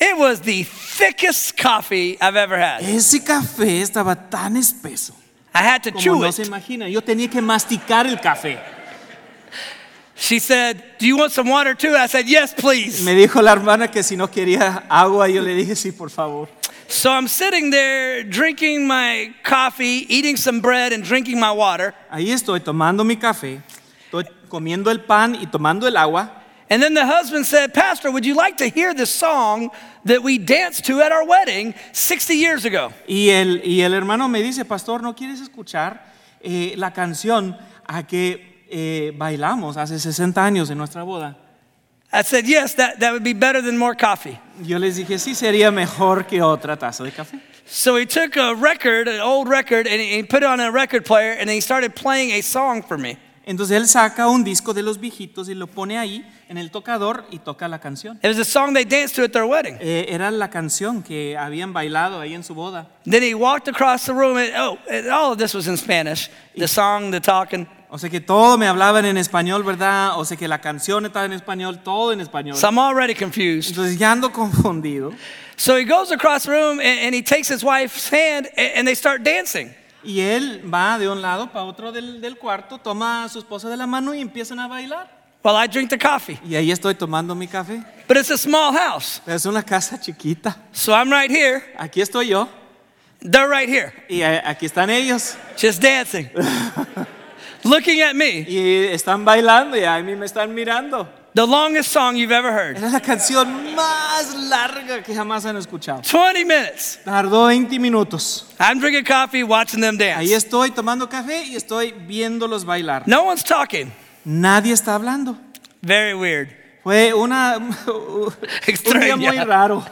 Speaker 1: It was the thickest coffee I've ever had.
Speaker 2: Ese café estaba tan espeso.
Speaker 1: I had to
Speaker 2: Como
Speaker 1: chew
Speaker 2: no se
Speaker 1: it.
Speaker 2: imagina, yo tenía que masticar el café.
Speaker 1: She said, Do you want some water too? I said, Yes, please.
Speaker 2: Me dijo la hermana que si no quería agua, yo le dije sí, por favor.
Speaker 1: So I'm sitting there drinking my coffee, eating some bread, and drinking my water.
Speaker 2: Ahí estoy tomando mi café, estoy comiendo el pan y tomando el agua.
Speaker 1: And then the husband said, Pastor, would you like to hear the song that we danced to at our wedding 60 years ago?
Speaker 2: Y el, y el hermano me dice, pastor, ¿no quieres escuchar eh, la canción a que eh, bailamos hace 60 años en nuestra boda?
Speaker 1: I said, Yes, that, that would be better than more coffee.
Speaker 2: Yo les dije, sí, sería mejor que otra taza de café.
Speaker 1: So he took a record, an old record, and he he put it on a record player, and he started playing a song for me.
Speaker 2: Entonces él saca un disco de los viejitos y lo pone ahí en el tocador y toca la canción.
Speaker 1: It was a song they danced to at their wedding.
Speaker 2: Eh, era la canción que habían bailado ahí en su boda.
Speaker 1: Then he walked across the room, and oh, and all of this was in Spanish the song, the talking.
Speaker 2: O sea que todo me hablaban en español, ¿verdad? O sea que la canción estaba en español, todo en español.
Speaker 1: So I'm already confused.
Speaker 2: Entonces ya ando (laughs) confundido.
Speaker 1: So he goes across the room, and, and he takes his wife's hand, and, and they start dancing.
Speaker 2: Y él va de un lado para otro del, del cuarto, toma a su esposa de la mano y empiezan a bailar.
Speaker 1: Well, I drink the coffee,
Speaker 2: Y ahí estoy tomando mi café.
Speaker 1: but it's a small house.
Speaker 2: Es una casa chiquita.
Speaker 1: So I'm right here,
Speaker 2: Aquí estoy yo
Speaker 1: they're right here,
Speaker 2: y eh, aquí están ellos.
Speaker 1: just dancing, looking at me.
Speaker 2: Y están bailando y a mí me están mirando.
Speaker 1: The longest song you've ever heard
Speaker 2: Era la canción más larga que jamás han escuchado.
Speaker 1: 20 minutes.
Speaker 2: Tardó 20 minutos.
Speaker 1: I'm drinking coffee, watching them
Speaker 2: Ahí
Speaker 1: dance.
Speaker 2: estoy tomando café y estoy viéndolos bailar.
Speaker 1: No one's talking.
Speaker 2: Nadie está hablando.
Speaker 1: Very weird. (laughs)
Speaker 2: Fue una, (laughs) un día muy
Speaker 1: Extraña.
Speaker 2: raro.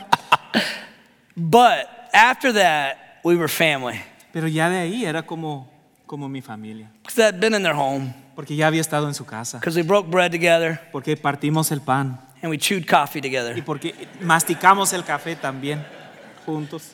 Speaker 1: But after that, we were family
Speaker 2: Pero ya de ahí era como, como mi familia.
Speaker 1: because I'd been in their home
Speaker 2: Porque ya había estado en su casa.
Speaker 1: because we broke bread together
Speaker 2: Porque partimos el pan.
Speaker 1: and we chewed coffee
Speaker 2: Y
Speaker 1: together.
Speaker 2: porque masticamos el café también juntos.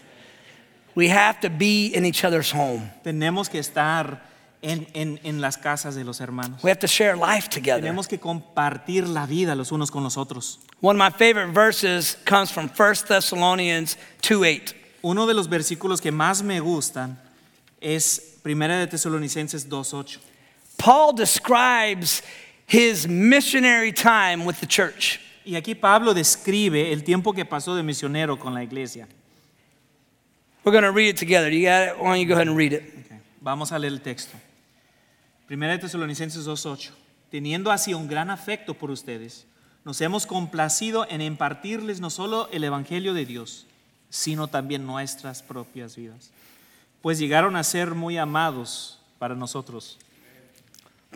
Speaker 1: We have to be in each other's home.
Speaker 2: Tenemos que estar en, en- en las casas de los hermanos.
Speaker 1: We have to share life together.
Speaker 2: Tenemos que compartir la vida los unos con los otros.
Speaker 1: One of my favorite verses comes from 1 Thessalonians 2 8.
Speaker 2: Uno de los versículos que más me gustan es Primera de Tesalonicenses 2.8.
Speaker 1: Paul describes his missionary time with the church.
Speaker 2: Y aquí Pablo describe el tiempo que pasó de misionero con la iglesia.
Speaker 1: We're going to read it together. You got it? Why don't you go ahead and read it?
Speaker 2: Ok, Vamos a leer el texto. Primera de Tesalonicenses 2.8. Teniendo así un gran afecto por ustedes, nos hemos complacido en impartirles no solo el Evangelio de Dios, sino también nuestras propias vidas. Pues llegaron a ser muy amados para nosotros.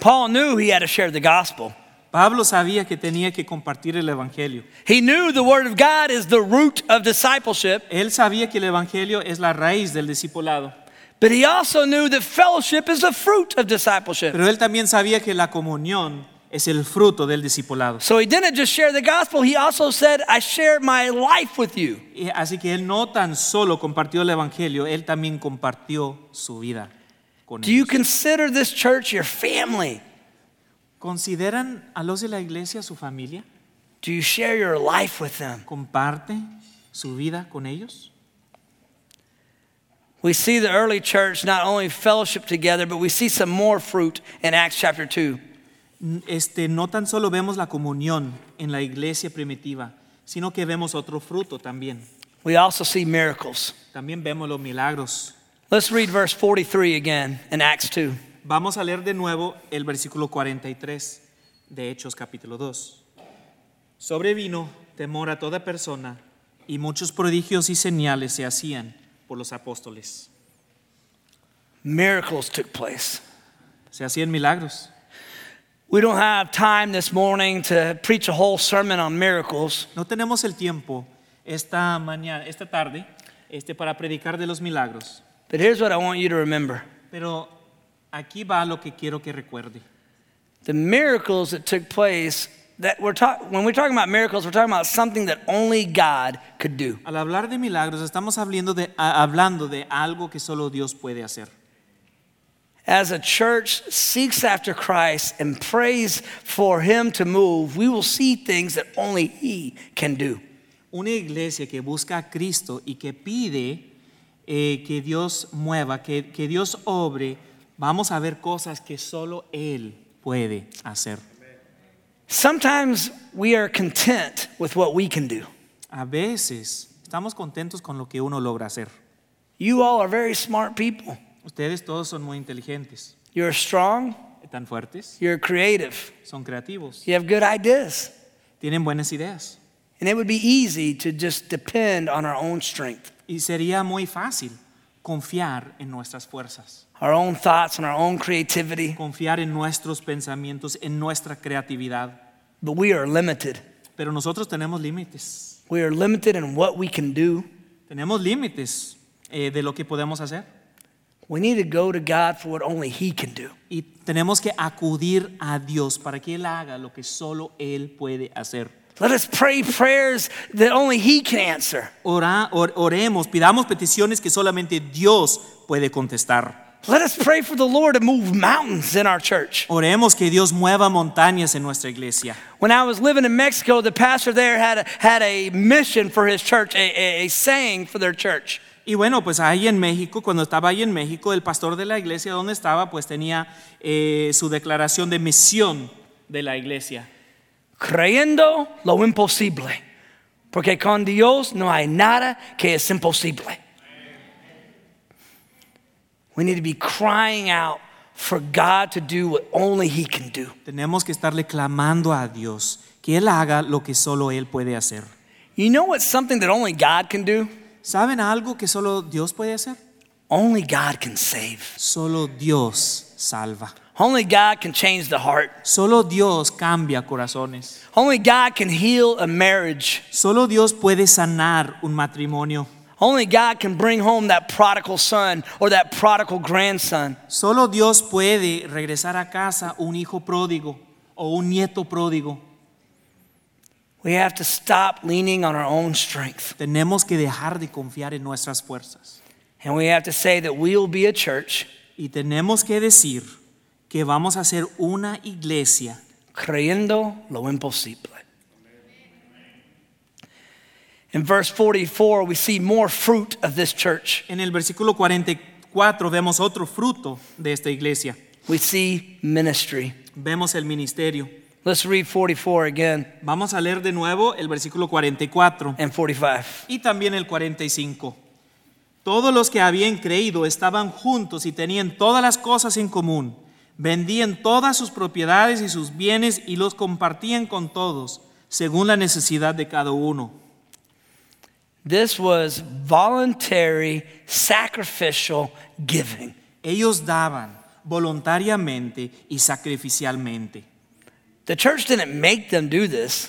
Speaker 1: Paul knew he had to share the gospel.
Speaker 2: Pablo sabía que tenía que compartir el Evangelio.
Speaker 1: He knew the word of God is the root of discipleship,
Speaker 2: Él sabía que el Evangelio es la raíz del discipulado,
Speaker 1: but he also knew that fellowship is the fruit of discipleship.
Speaker 2: pero él también sabía que la comunión es el fruto del discipulado.
Speaker 1: So he didn't just share the gospel, he also said, I share my life with you.
Speaker 2: Y Así que él no tan solo compartió el Evangelio, él también compartió su vida con
Speaker 1: Do you
Speaker 2: ellos.
Speaker 1: consider this church your family?
Speaker 2: ¿Consideran a los de la iglesia su familia?
Speaker 1: Do you share your life with them?
Speaker 2: ¿Comparte su vida con ellos?
Speaker 1: We see the early church not only fellowship together, but we see some more fruit in Acts chapter 2.
Speaker 2: N- Este, no tan solo vemos la comunión en la iglesia primitiva, sino que vemos otro fruto también.
Speaker 1: We also see miracles.
Speaker 2: También vemos los milagros.
Speaker 1: Let's read verse 43 again in Acts 2.
Speaker 2: Vamos a leer de nuevo el versículo 43 de Hechos capítulo 2. Sobrevino temor a toda persona y muchos prodigios y señales se hacían por los apóstoles.
Speaker 1: Miracles took place.
Speaker 2: Se hacían milagros.
Speaker 1: We don't have time this morning to preach a whole sermon on miracles,
Speaker 2: No tenemos el tiempo esta mañana, esta tarde, este para predicar de los milagros,
Speaker 1: but here's what I want you to remember.
Speaker 2: pero aquí va lo que quiero que recuerde.
Speaker 1: The miracles that took place that we're talk- when we're talking about miracles, we're talking about something that only God could do.
Speaker 2: Al hablar de milagros estamos hablando de, a- hablando de algo que solo Dios puede hacer.
Speaker 1: As a church seeks after Christ and prays for him to move, we will see things that only he can do.
Speaker 2: Una iglesia que busca a Cristo y que pide eh, que Dios mueva, que, que Dios obre, vamos a ver cosas que solo Él puede hacer.
Speaker 1: Sometimes we are content with what we can do.
Speaker 2: A veces estamos contentos con lo que uno logra hacer.
Speaker 1: You all are very smart people.
Speaker 2: Ustedes todos son muy inteligentes,
Speaker 1: You're strong,
Speaker 2: tan fuertes,
Speaker 1: you're creative,
Speaker 2: son creativos,
Speaker 1: you have good ideas.
Speaker 2: tienen buenas ideas.
Speaker 1: And it would be easy to just depend on our own strength,
Speaker 2: Y sería muy fácil confiar en nuestras fuerzas,
Speaker 1: our own thoughts, and our own creativity,
Speaker 2: confiar en nuestros pensamientos, en nuestra creatividad.
Speaker 1: but we are limited.
Speaker 2: Pero nosotros tenemos límites.
Speaker 1: We are limited in what we can do.
Speaker 2: Tenemos límites eh, de lo que podemos hacer
Speaker 1: We need to go to God for what only He can do.
Speaker 2: y tenemos que acudir a Dios para que Él haga lo que solo Él puede hacer.
Speaker 1: Let us pray prayers that only He can answer.
Speaker 2: Ora- or- oremos, pidamos peticiones que solamente Dios puede contestar.
Speaker 1: Let us pray for the Lord to move mountains in our church.
Speaker 2: Oremos que Dios mueva montañas en nuestra iglesia.
Speaker 1: When I was living in Mexico, the pastor there had a, had a mission for his church, a, a, a saying for their church.
Speaker 2: Y bueno, pues ahí en México, cuando estaba ahí en México, el pastor de la iglesia donde estaba, pues tenía eh, su declaración de misión de la iglesia.
Speaker 1: Creyendo lo imposible, porque con Dios no hay nada que es imposible. We need to be crying out for God to do what only He can do.
Speaker 2: Tenemos que estarle clamando a Dios que Él haga lo que solo Él puede hacer.
Speaker 1: You know what's something that only God can do?
Speaker 2: ¿Saben algo que solo Dios puede hacer?
Speaker 1: Only God can save.
Speaker 2: Solo Dios salva.
Speaker 1: Only God can change the heart.
Speaker 2: Solo Dios cambia corazones.
Speaker 1: Only God can heal a marriage.
Speaker 2: Solo Dios puede sanar un matrimonio.
Speaker 1: Only God can bring home that prodigal son or that prodigal grandson.
Speaker 2: Solo Dios puede regresar a casa un hijo pródigo o un nieto pródigo.
Speaker 1: We have to stop leaning on our own strength.
Speaker 2: Tenemos que dejar de confiar en nuestras fuerzas.
Speaker 1: And we have to say that we'll be a church
Speaker 2: Y tenemos que decir que vamos a ser una iglesia
Speaker 1: creyendo lo imposible. In verse 44, we see more fruit of this church.
Speaker 2: En el versículo 44 vemos otro fruto de esta iglesia.
Speaker 1: We see ministry.
Speaker 2: Vemos el ministerio.
Speaker 1: Let's read 44 again
Speaker 2: Vamos a leer de nuevo el versículo 44
Speaker 1: and 45.
Speaker 2: y también el 45. Todos los que habían creído estaban juntos y tenían todas las cosas en común. Vendían todas sus propiedades y sus bienes y los compartían con todos, según la necesidad de cada uno.
Speaker 1: This was voluntary, sacrificial giving.
Speaker 2: Ellos daban voluntariamente y sacrificialmente.
Speaker 1: The church didn't make them do this.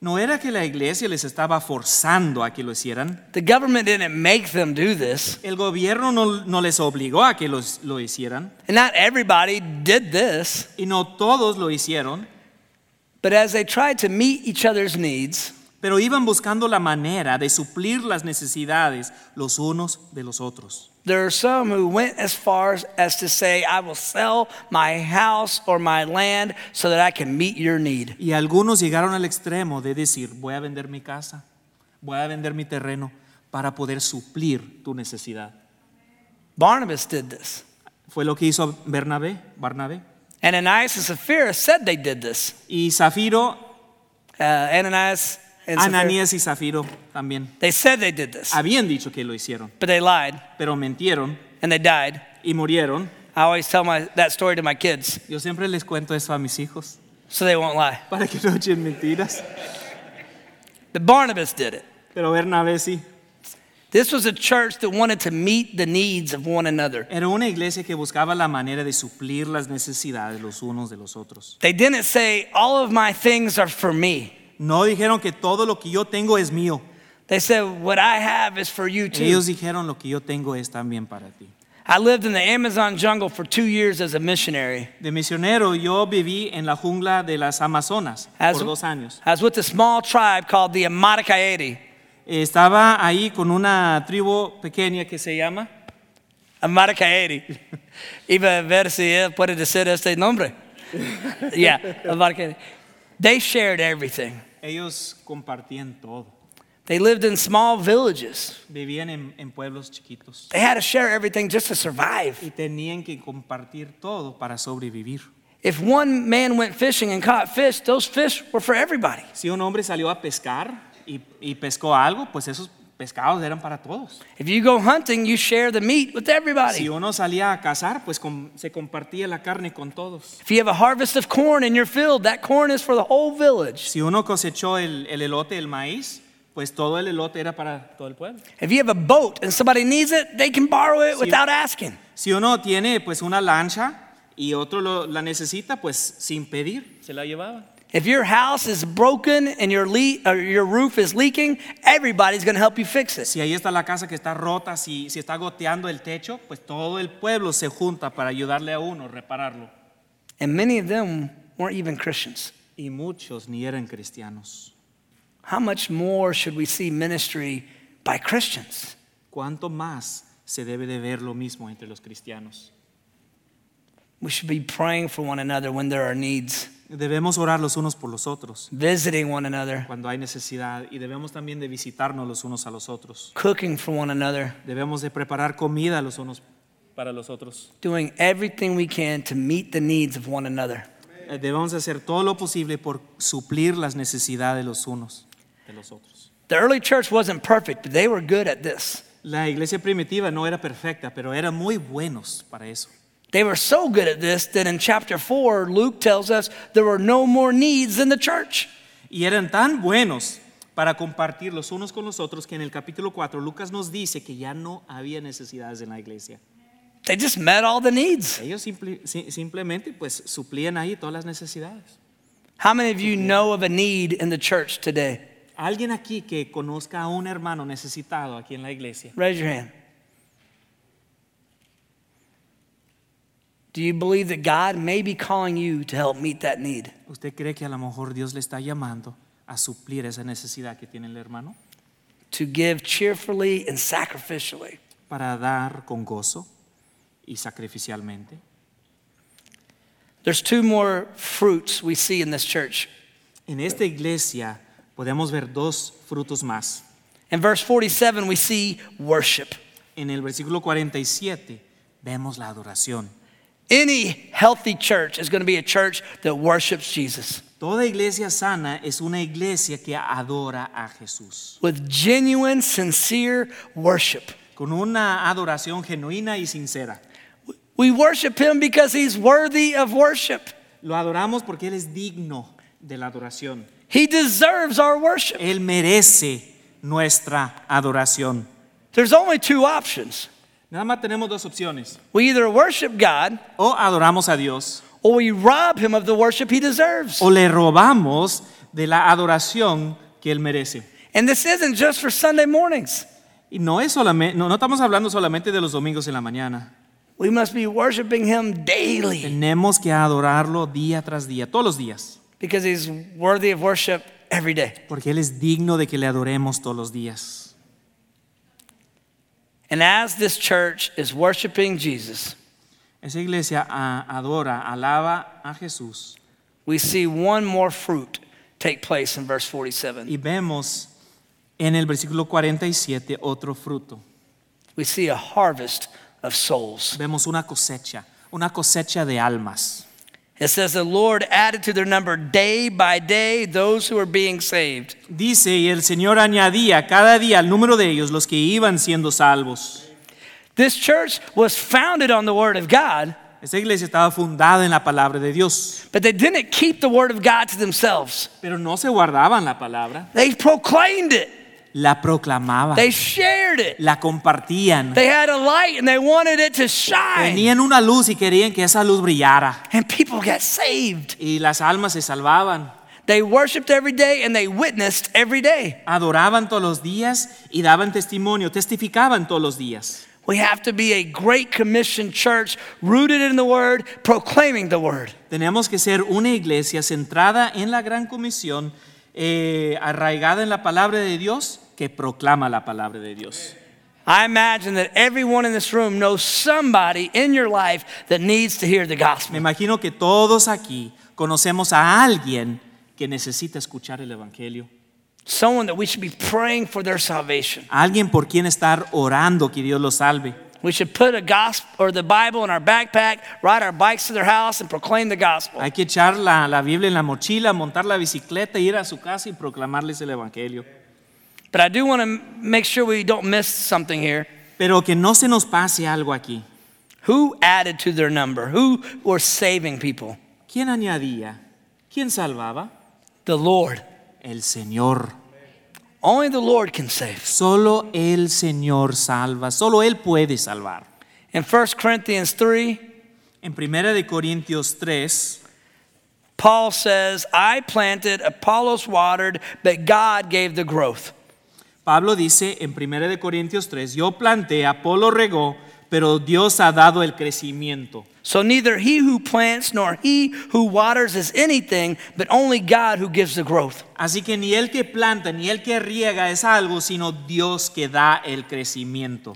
Speaker 2: No era que la iglesia les estaba forzando a que lo hicieran.
Speaker 1: The government didn't make them do this.
Speaker 2: El gobierno no, no les obligó a que los- lo hicieran.
Speaker 1: And not everybody did this.
Speaker 2: Y no todos lo hicieron,
Speaker 1: But as they tried to meet each other's needs,
Speaker 2: pero iban buscando la manera de suplir las necesidades los unos de los otros.
Speaker 1: There are some who went as far as to say, I will sell my house or my land so that I can meet your need.
Speaker 2: Y algunos llegaron al extremo de decir, voy a vender mi casa, voy a vender mi terreno para poder suplir tu necesidad.
Speaker 1: Barnabas did this.
Speaker 2: Fue lo que hizo Bernabé, Barnabé.
Speaker 1: And Ananias and Sapphira said they did this.
Speaker 2: Y Zafiro,
Speaker 1: Uh, Ananias and Sapphira.
Speaker 2: Ananías y Zafiro también.
Speaker 1: They said they did this,
Speaker 2: Habían dicho que lo hicieron,
Speaker 1: but they lied
Speaker 2: pero mentieron
Speaker 1: and they died.
Speaker 2: y murieron.
Speaker 1: I always tell my, that story to my kids
Speaker 2: Yo siempre les cuento eso a mis hijos,
Speaker 1: so they won't lie.
Speaker 2: para que no echen mentiras.
Speaker 1: But Barnabas did it.
Speaker 2: Pero Bernabé sí.
Speaker 1: This was a church that wanted to meet the needs of one another.
Speaker 2: Era una iglesia que buscaba la manera de suplir las necesidades los unos de los otros.
Speaker 1: They didn't say, All of my things are for me.
Speaker 2: No dijeron que todo lo que yo tengo es mío.
Speaker 1: They said, What I have is for you too.
Speaker 2: Ellos dijeron lo que yo tengo es también para ti.
Speaker 1: I lived in the Amazon jungle for two years as a missionary.
Speaker 2: De misionero yo viví en la jungla de las Amazonas
Speaker 1: As-
Speaker 2: por dos años.
Speaker 1: I was with a small tribe called the Amadakaeti.
Speaker 2: Estaba ahí con una tribu pequeña que se llama
Speaker 1: Amadakaeti. (laughs) Iba a ver si él puede decir este nombre. (laughs) Yeah, Amadakaeti. They shared everything.
Speaker 2: Ellos compartían todo.
Speaker 1: They lived in small villages.
Speaker 2: Vivían en, en pueblos chiquitos
Speaker 1: They had to share everything just to survive.
Speaker 2: y tenían que compartir todo para sobrevivir.
Speaker 1: If one man went fishing and caught fish, those fish were for everybody.
Speaker 2: Si un hombre salió a pescar y, y pescó algo, pues esos pescados eran para todos.
Speaker 1: If you go hunting, you share the meat with
Speaker 2: Si
Speaker 1: everybody.
Speaker 2: uno salía a cazar, pues com- se compartía la carne con todos.
Speaker 1: If you have a harvest of corn in your field, that corn is for the whole village.
Speaker 2: Si uno cosechó el, el elote, el maíz, pues todo el elote era para todo el pueblo.
Speaker 1: If you have a boat and somebody needs it, they can borrow it without asking.
Speaker 2: Si uno tiene pues una lancha y otro lo- la necesita, pues sin pedir, se la llevaba.
Speaker 1: If your house is broken and your, le- or your roof is leaking, everybody's going to help you fix it.
Speaker 2: Si ahí está la casa que está rota, si, si está goteando el techo, pues todo el pueblo se junta para ayudarle a uno, repararlo.
Speaker 1: And many of them weren't even Christians.
Speaker 2: Y muchos ni eran cristianos.
Speaker 1: How much more should we see ministry by Christians?
Speaker 2: ¿Cuánto más se debe de ver lo mismo entre los cristianos?
Speaker 1: We should be praying for one another when there are needs,
Speaker 2: Debemos orar los unos por los otros
Speaker 1: visiting one another,
Speaker 2: cuando hay necesidad y debemos también de visitarnos los unos a los otros.
Speaker 1: cooking for one another,
Speaker 2: Debemos de preparar comida los unos para los otros.
Speaker 1: doing everything we can to meet the needs of one another.
Speaker 2: Eh, Debemos hacer todo lo posible por suplir las necesidades los unos de los otros.
Speaker 1: The early church wasn't perfect, but they were good at this.
Speaker 2: La iglesia primitiva no era perfecta, pero eran muy buenos para eso.
Speaker 1: They were so good at this that in chapter 4, Luke tells us there were no more needs in the church.
Speaker 2: Y eran tan buenos para compartir los unos con los otros que en el capítulo 4 Lucas nos dice que ya no había necesidades en la iglesia.
Speaker 1: They just met all the needs.
Speaker 2: Ellos simple- si- simplemente pues suplían ahí todas las necesidades.
Speaker 1: How many of you know of a need in the church today?
Speaker 2: Alguien aquí que conozca a un hermano necesitado aquí en la iglesia.
Speaker 1: Raise your hand. Do you believe that God may be calling you to help meet that need?
Speaker 2: ¿Usted cree que a lo mejor Dios le está llamando a suplir esa necesidad que tiene el hermano?
Speaker 1: To give cheerfully and sacrificially?
Speaker 2: Para dar con gozo y sacrificialmente.
Speaker 1: There's two more fruits we see in this church.
Speaker 2: En esta iglesia podemos ver dos frutos más.
Speaker 1: In verse 47, we see worship.
Speaker 2: En el versículo 47 vemos la adoración.
Speaker 1: Any healthy church is going to be a church that worships Jesus
Speaker 2: Toda iglesia sana es una iglesia que adora a Jesús,
Speaker 1: with genuine, sincere worship.
Speaker 2: con una adoración genuina y sincera.
Speaker 1: We worship him because he's worthy of worship.
Speaker 2: Lo adoramos porque Él es digno de la adoración.
Speaker 1: He deserves our worship.
Speaker 2: Él merece nuestra adoración.
Speaker 1: There's only two options.
Speaker 2: Nada más tenemos dos opciones.
Speaker 1: We either worship God
Speaker 2: O adoramos a Dios
Speaker 1: or we rob him of the worship he deserves.
Speaker 2: o le robamos de la adoración que Él merece.
Speaker 1: And this isn't just for Sunday mornings.
Speaker 2: Y no, es solamente, no, no estamos hablando solamente de los domingos en la mañana.
Speaker 1: We must be worshiping him daily
Speaker 2: Tenemos que adorarlo día tras día, todos los días,
Speaker 1: because he's worthy of worship every day.
Speaker 2: porque Él es digno de que le adoremos todos los días.
Speaker 1: And as this church is worshiping Jesus,
Speaker 2: Esa iglesia ah, adora, alaba a Jesús
Speaker 1: we see one more fruit take place in verse 47.
Speaker 2: y vemos en el versículo 47 otro fruto.
Speaker 1: We see a harvest of souls.
Speaker 2: Vemos una cosecha, una cosecha de almas.
Speaker 1: It says, The Lord added to their number day by day those who are being saved.
Speaker 2: Dice, y el Señor añadía cada día al número de ellos los que iban siendo salvos.
Speaker 1: This church was founded on the Word of God,
Speaker 2: Esta iglesia estaba fundada en la palabra de Dios,
Speaker 1: but they didn't keep the Word of God to themselves.
Speaker 2: pero no se guardaban la palabra,
Speaker 1: They proclaimed it,
Speaker 2: la proclamaban,
Speaker 1: they shared it,
Speaker 2: la compartían.
Speaker 1: they had a light and they wanted it to shine,
Speaker 2: Tenían una luz y querían que esa luz brillara.
Speaker 1: and people got saved.
Speaker 2: Y las almas se salvaban.
Speaker 1: They worshiped every day and they witnessed every day.
Speaker 2: Adoraban todos los días y daban testimonio, testificaban todos los días.
Speaker 1: We have to be a great commission church rooted in the word, proclaiming the word.
Speaker 2: Tenemos que ser una iglesia centrada en la gran comisión, eh, arraigada en la palabra de Dios, que proclama la palabra de Dios.
Speaker 1: I imagine that everyone in this room knows somebody in your life that needs to hear the
Speaker 2: Me
Speaker 1: gospel.
Speaker 2: imagino que todos aquí conocemos a alguien que necesita escuchar el Evangelio,
Speaker 1: Someone that we should be praying for their salvation.
Speaker 2: alguien por quien estar orando que Dios lo salve.
Speaker 1: We should put a gospel or the Bible in our backpack, ride our bikes to their house, and proclaim the gospel.
Speaker 2: Hay que echar la, la Biblia en la mochila, montar la bicicleta, ir a su casa y proclamarles el Evangelio.
Speaker 1: But I do want to make sure we don't miss something here.
Speaker 2: Pero que no se nos pase algo aquí.
Speaker 1: Who added to their number? Who were saving people?
Speaker 2: ¿Quién añadía? ¿Quién salvaba?
Speaker 1: The Lord.
Speaker 2: El Señor.
Speaker 1: Only the Lord can save.
Speaker 2: Solo el Señor salva, solo Él puede salvar.
Speaker 1: In 1 Corinthians 3,
Speaker 2: En 1 Corintios 3,
Speaker 1: Paul says, I planted, Apollos watered, but God gave the growth.
Speaker 2: Pablo dice en 1 Corintios 3, yo planté, Apolo regó, pero Dios ha dado el crecimiento.
Speaker 1: So neither he who plants nor he who waters is anything, but only God who gives the growth.
Speaker 2: Así que ni el que planta ni el que riega es algo, sino Dios que da el crecimiento.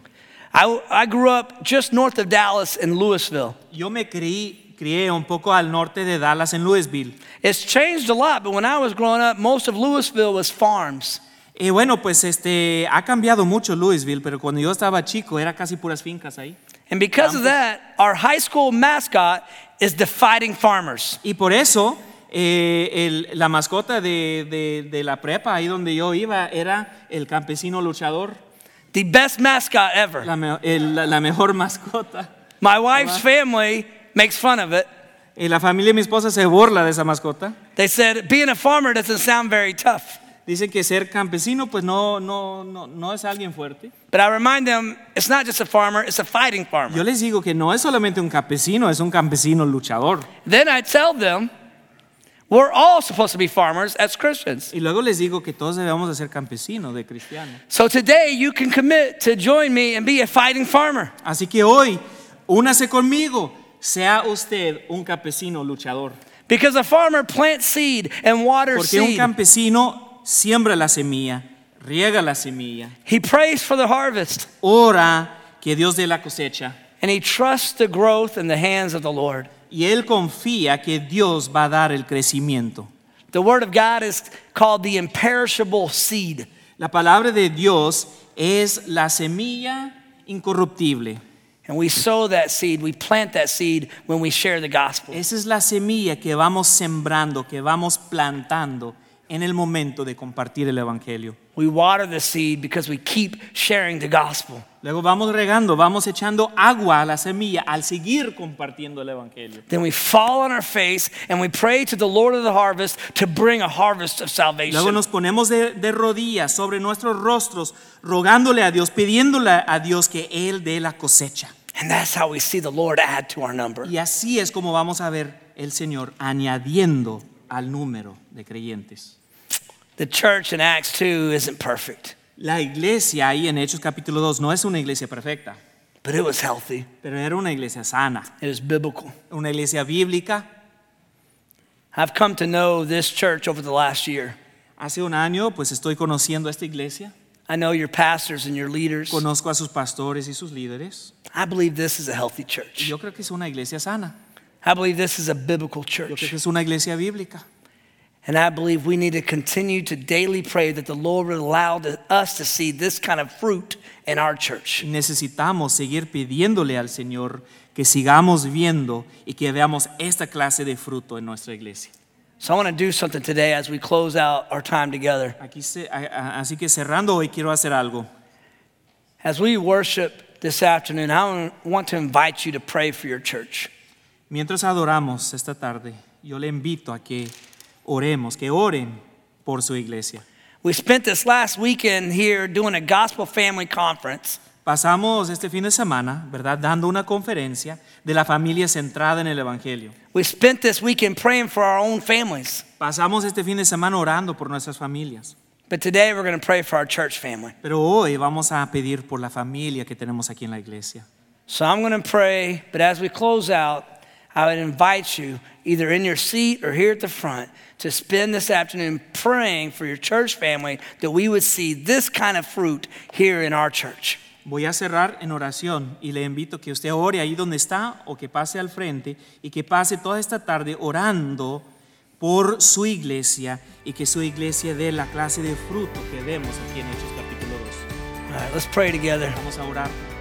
Speaker 1: I, I grew up just north of Dallas in Louisville.
Speaker 2: Yo me creí, crié un poco al norte de Dallas, en Louisville.
Speaker 1: It's changed a lot, but when I was growing up, most of Louisville was farms.
Speaker 2: Y bueno, pues este, ha cambiado mucho Louisville, pero cuando yo estaba chico era casi puras fincas ahí.
Speaker 1: And because of that, our high school mascot is the fighting farmers.
Speaker 2: Y por eso eh, el- la mascota de, de- de la prepa, ahí donde yo iba, era el campesino luchador,
Speaker 1: The best mascot ever.
Speaker 2: la, me- el- la- la mejor (laughs) mascota.
Speaker 1: My wife's family makes fun of it.
Speaker 2: Y la familia de mi esposa se burla de esa mascota.
Speaker 1: They said being a farmer doesn't sound very tough.
Speaker 2: Dicen que ser campesino pues no, no, no, no es alguien fuerte.
Speaker 1: But I remind them it's not just a farmer, it's a fighting farmer.
Speaker 2: Yo les digo que no es solamente un campesino, es un campesino luchador.
Speaker 1: Then I tell them we're all supposed to be farmers as Christians.
Speaker 2: Y luego les digo que todos debemos de ser campesinos, de cristianos.
Speaker 1: So today you can commit to join me and be a fighting farmer.
Speaker 2: Así que hoy, únase conmigo, sea usted un campesino luchador.
Speaker 1: Because a farmer plants seed and waters
Speaker 2: Porque un
Speaker 1: seed.
Speaker 2: campesino siembra la semilla, riega la semilla,
Speaker 1: He prays for the harvest.
Speaker 2: ora que Dios dé la cosecha.
Speaker 1: and he trusts the growth in the hands of the Lord.
Speaker 2: y él confía que Dios va a dar el crecimiento.
Speaker 1: The Word of God is called the imperishable seed.
Speaker 2: La palabra de Dios es la semilla incorruptible.
Speaker 1: And we sow that seed, we plant that seed when we share the gospel.
Speaker 2: Esa es la semilla que vamos sembrando, que vamos plantando en el momento de compartir el Evangelio.
Speaker 1: We water the seed because we keep sharing the gospel.
Speaker 2: Luego vamos regando, vamos echando agua a la semilla al seguir compartiendo el Evangelio.
Speaker 1: Then we fall on our face and we pray to the Lord of the harvest to bring a harvest of
Speaker 2: Luego
Speaker 1: salvation.
Speaker 2: nos ponemos de, de rodillas sobre nuestros rostros, rogándole a Dios, pidiéndole a Dios que Él dé la cosecha.
Speaker 1: And that's how we see the Lord add to our number.
Speaker 2: Y así es como vamos a ver el Señor añadiendo al número de creyentes.
Speaker 1: The church in Acts 2 isn't perfect,
Speaker 2: La iglesia ahí en Hechos capítulo 2 no es una iglesia perfecta,
Speaker 1: but it was healthy,
Speaker 2: pero era una iglesia sana,
Speaker 1: it was biblical.
Speaker 2: una iglesia bíblica.
Speaker 1: I've come to know this church over the last year.
Speaker 2: Hace un año pues estoy conociendo a esta iglesia,
Speaker 1: I know your pastors and your leaders.
Speaker 2: conozco a sus pastores y sus líderes.
Speaker 1: I believe this is a healthy
Speaker 2: Y
Speaker 1: church.
Speaker 2: yo creo que es una iglesia sana,
Speaker 1: I believe this is a biblical
Speaker 2: yo creo
Speaker 1: church.
Speaker 2: que es una iglesia bíblica.
Speaker 1: And I believe we need to continue to daily pray that the Lord would allow to- us to see this kind of fruit in our church.
Speaker 2: Y necesitamos seguir pidiéndole al Señor que sigamos viendo y que veamos esta clase de fruto en nuestra iglesia.
Speaker 1: So I want to do something today as we close out our time together.
Speaker 2: Aquí se- a- a- así que cerrando hoy quiero hacer algo.
Speaker 1: As we worship this afternoon, I want to invite you to pray for your church.
Speaker 2: Mientras adoramos esta tarde, yo le invito a que oremos, que oren por su iglesia.
Speaker 1: We spent this last weekend here doing a gospel family conference,
Speaker 2: Pasamos este fin de semana, ¿verdad?, dando una conferencia de la familia centrada en el Evangelio.
Speaker 1: we spent this weekend praying for our own families.
Speaker 2: Pasamos este fin de semana orando por nuestras familias,
Speaker 1: But today we're going to pray for our church family.
Speaker 2: pero hoy vamos a pedir por la familia que tenemos aquí en la iglesia.
Speaker 1: So I'm going to pray, but as we close out, I would invite you, either in your seat or here at the front, to spend this afternoon praying for your church family that we would see this kind of fruit here in our church.
Speaker 2: Voy a cerrar en oración y le invito que usted ore ahí donde está o que pase al frente y que pase toda esta tarde orando por su iglesia y que su iglesia dé la clase de fruto que vemos aquí en Hechos capítulo 2.
Speaker 1: All right, let's pray together.
Speaker 2: Vamos a orar.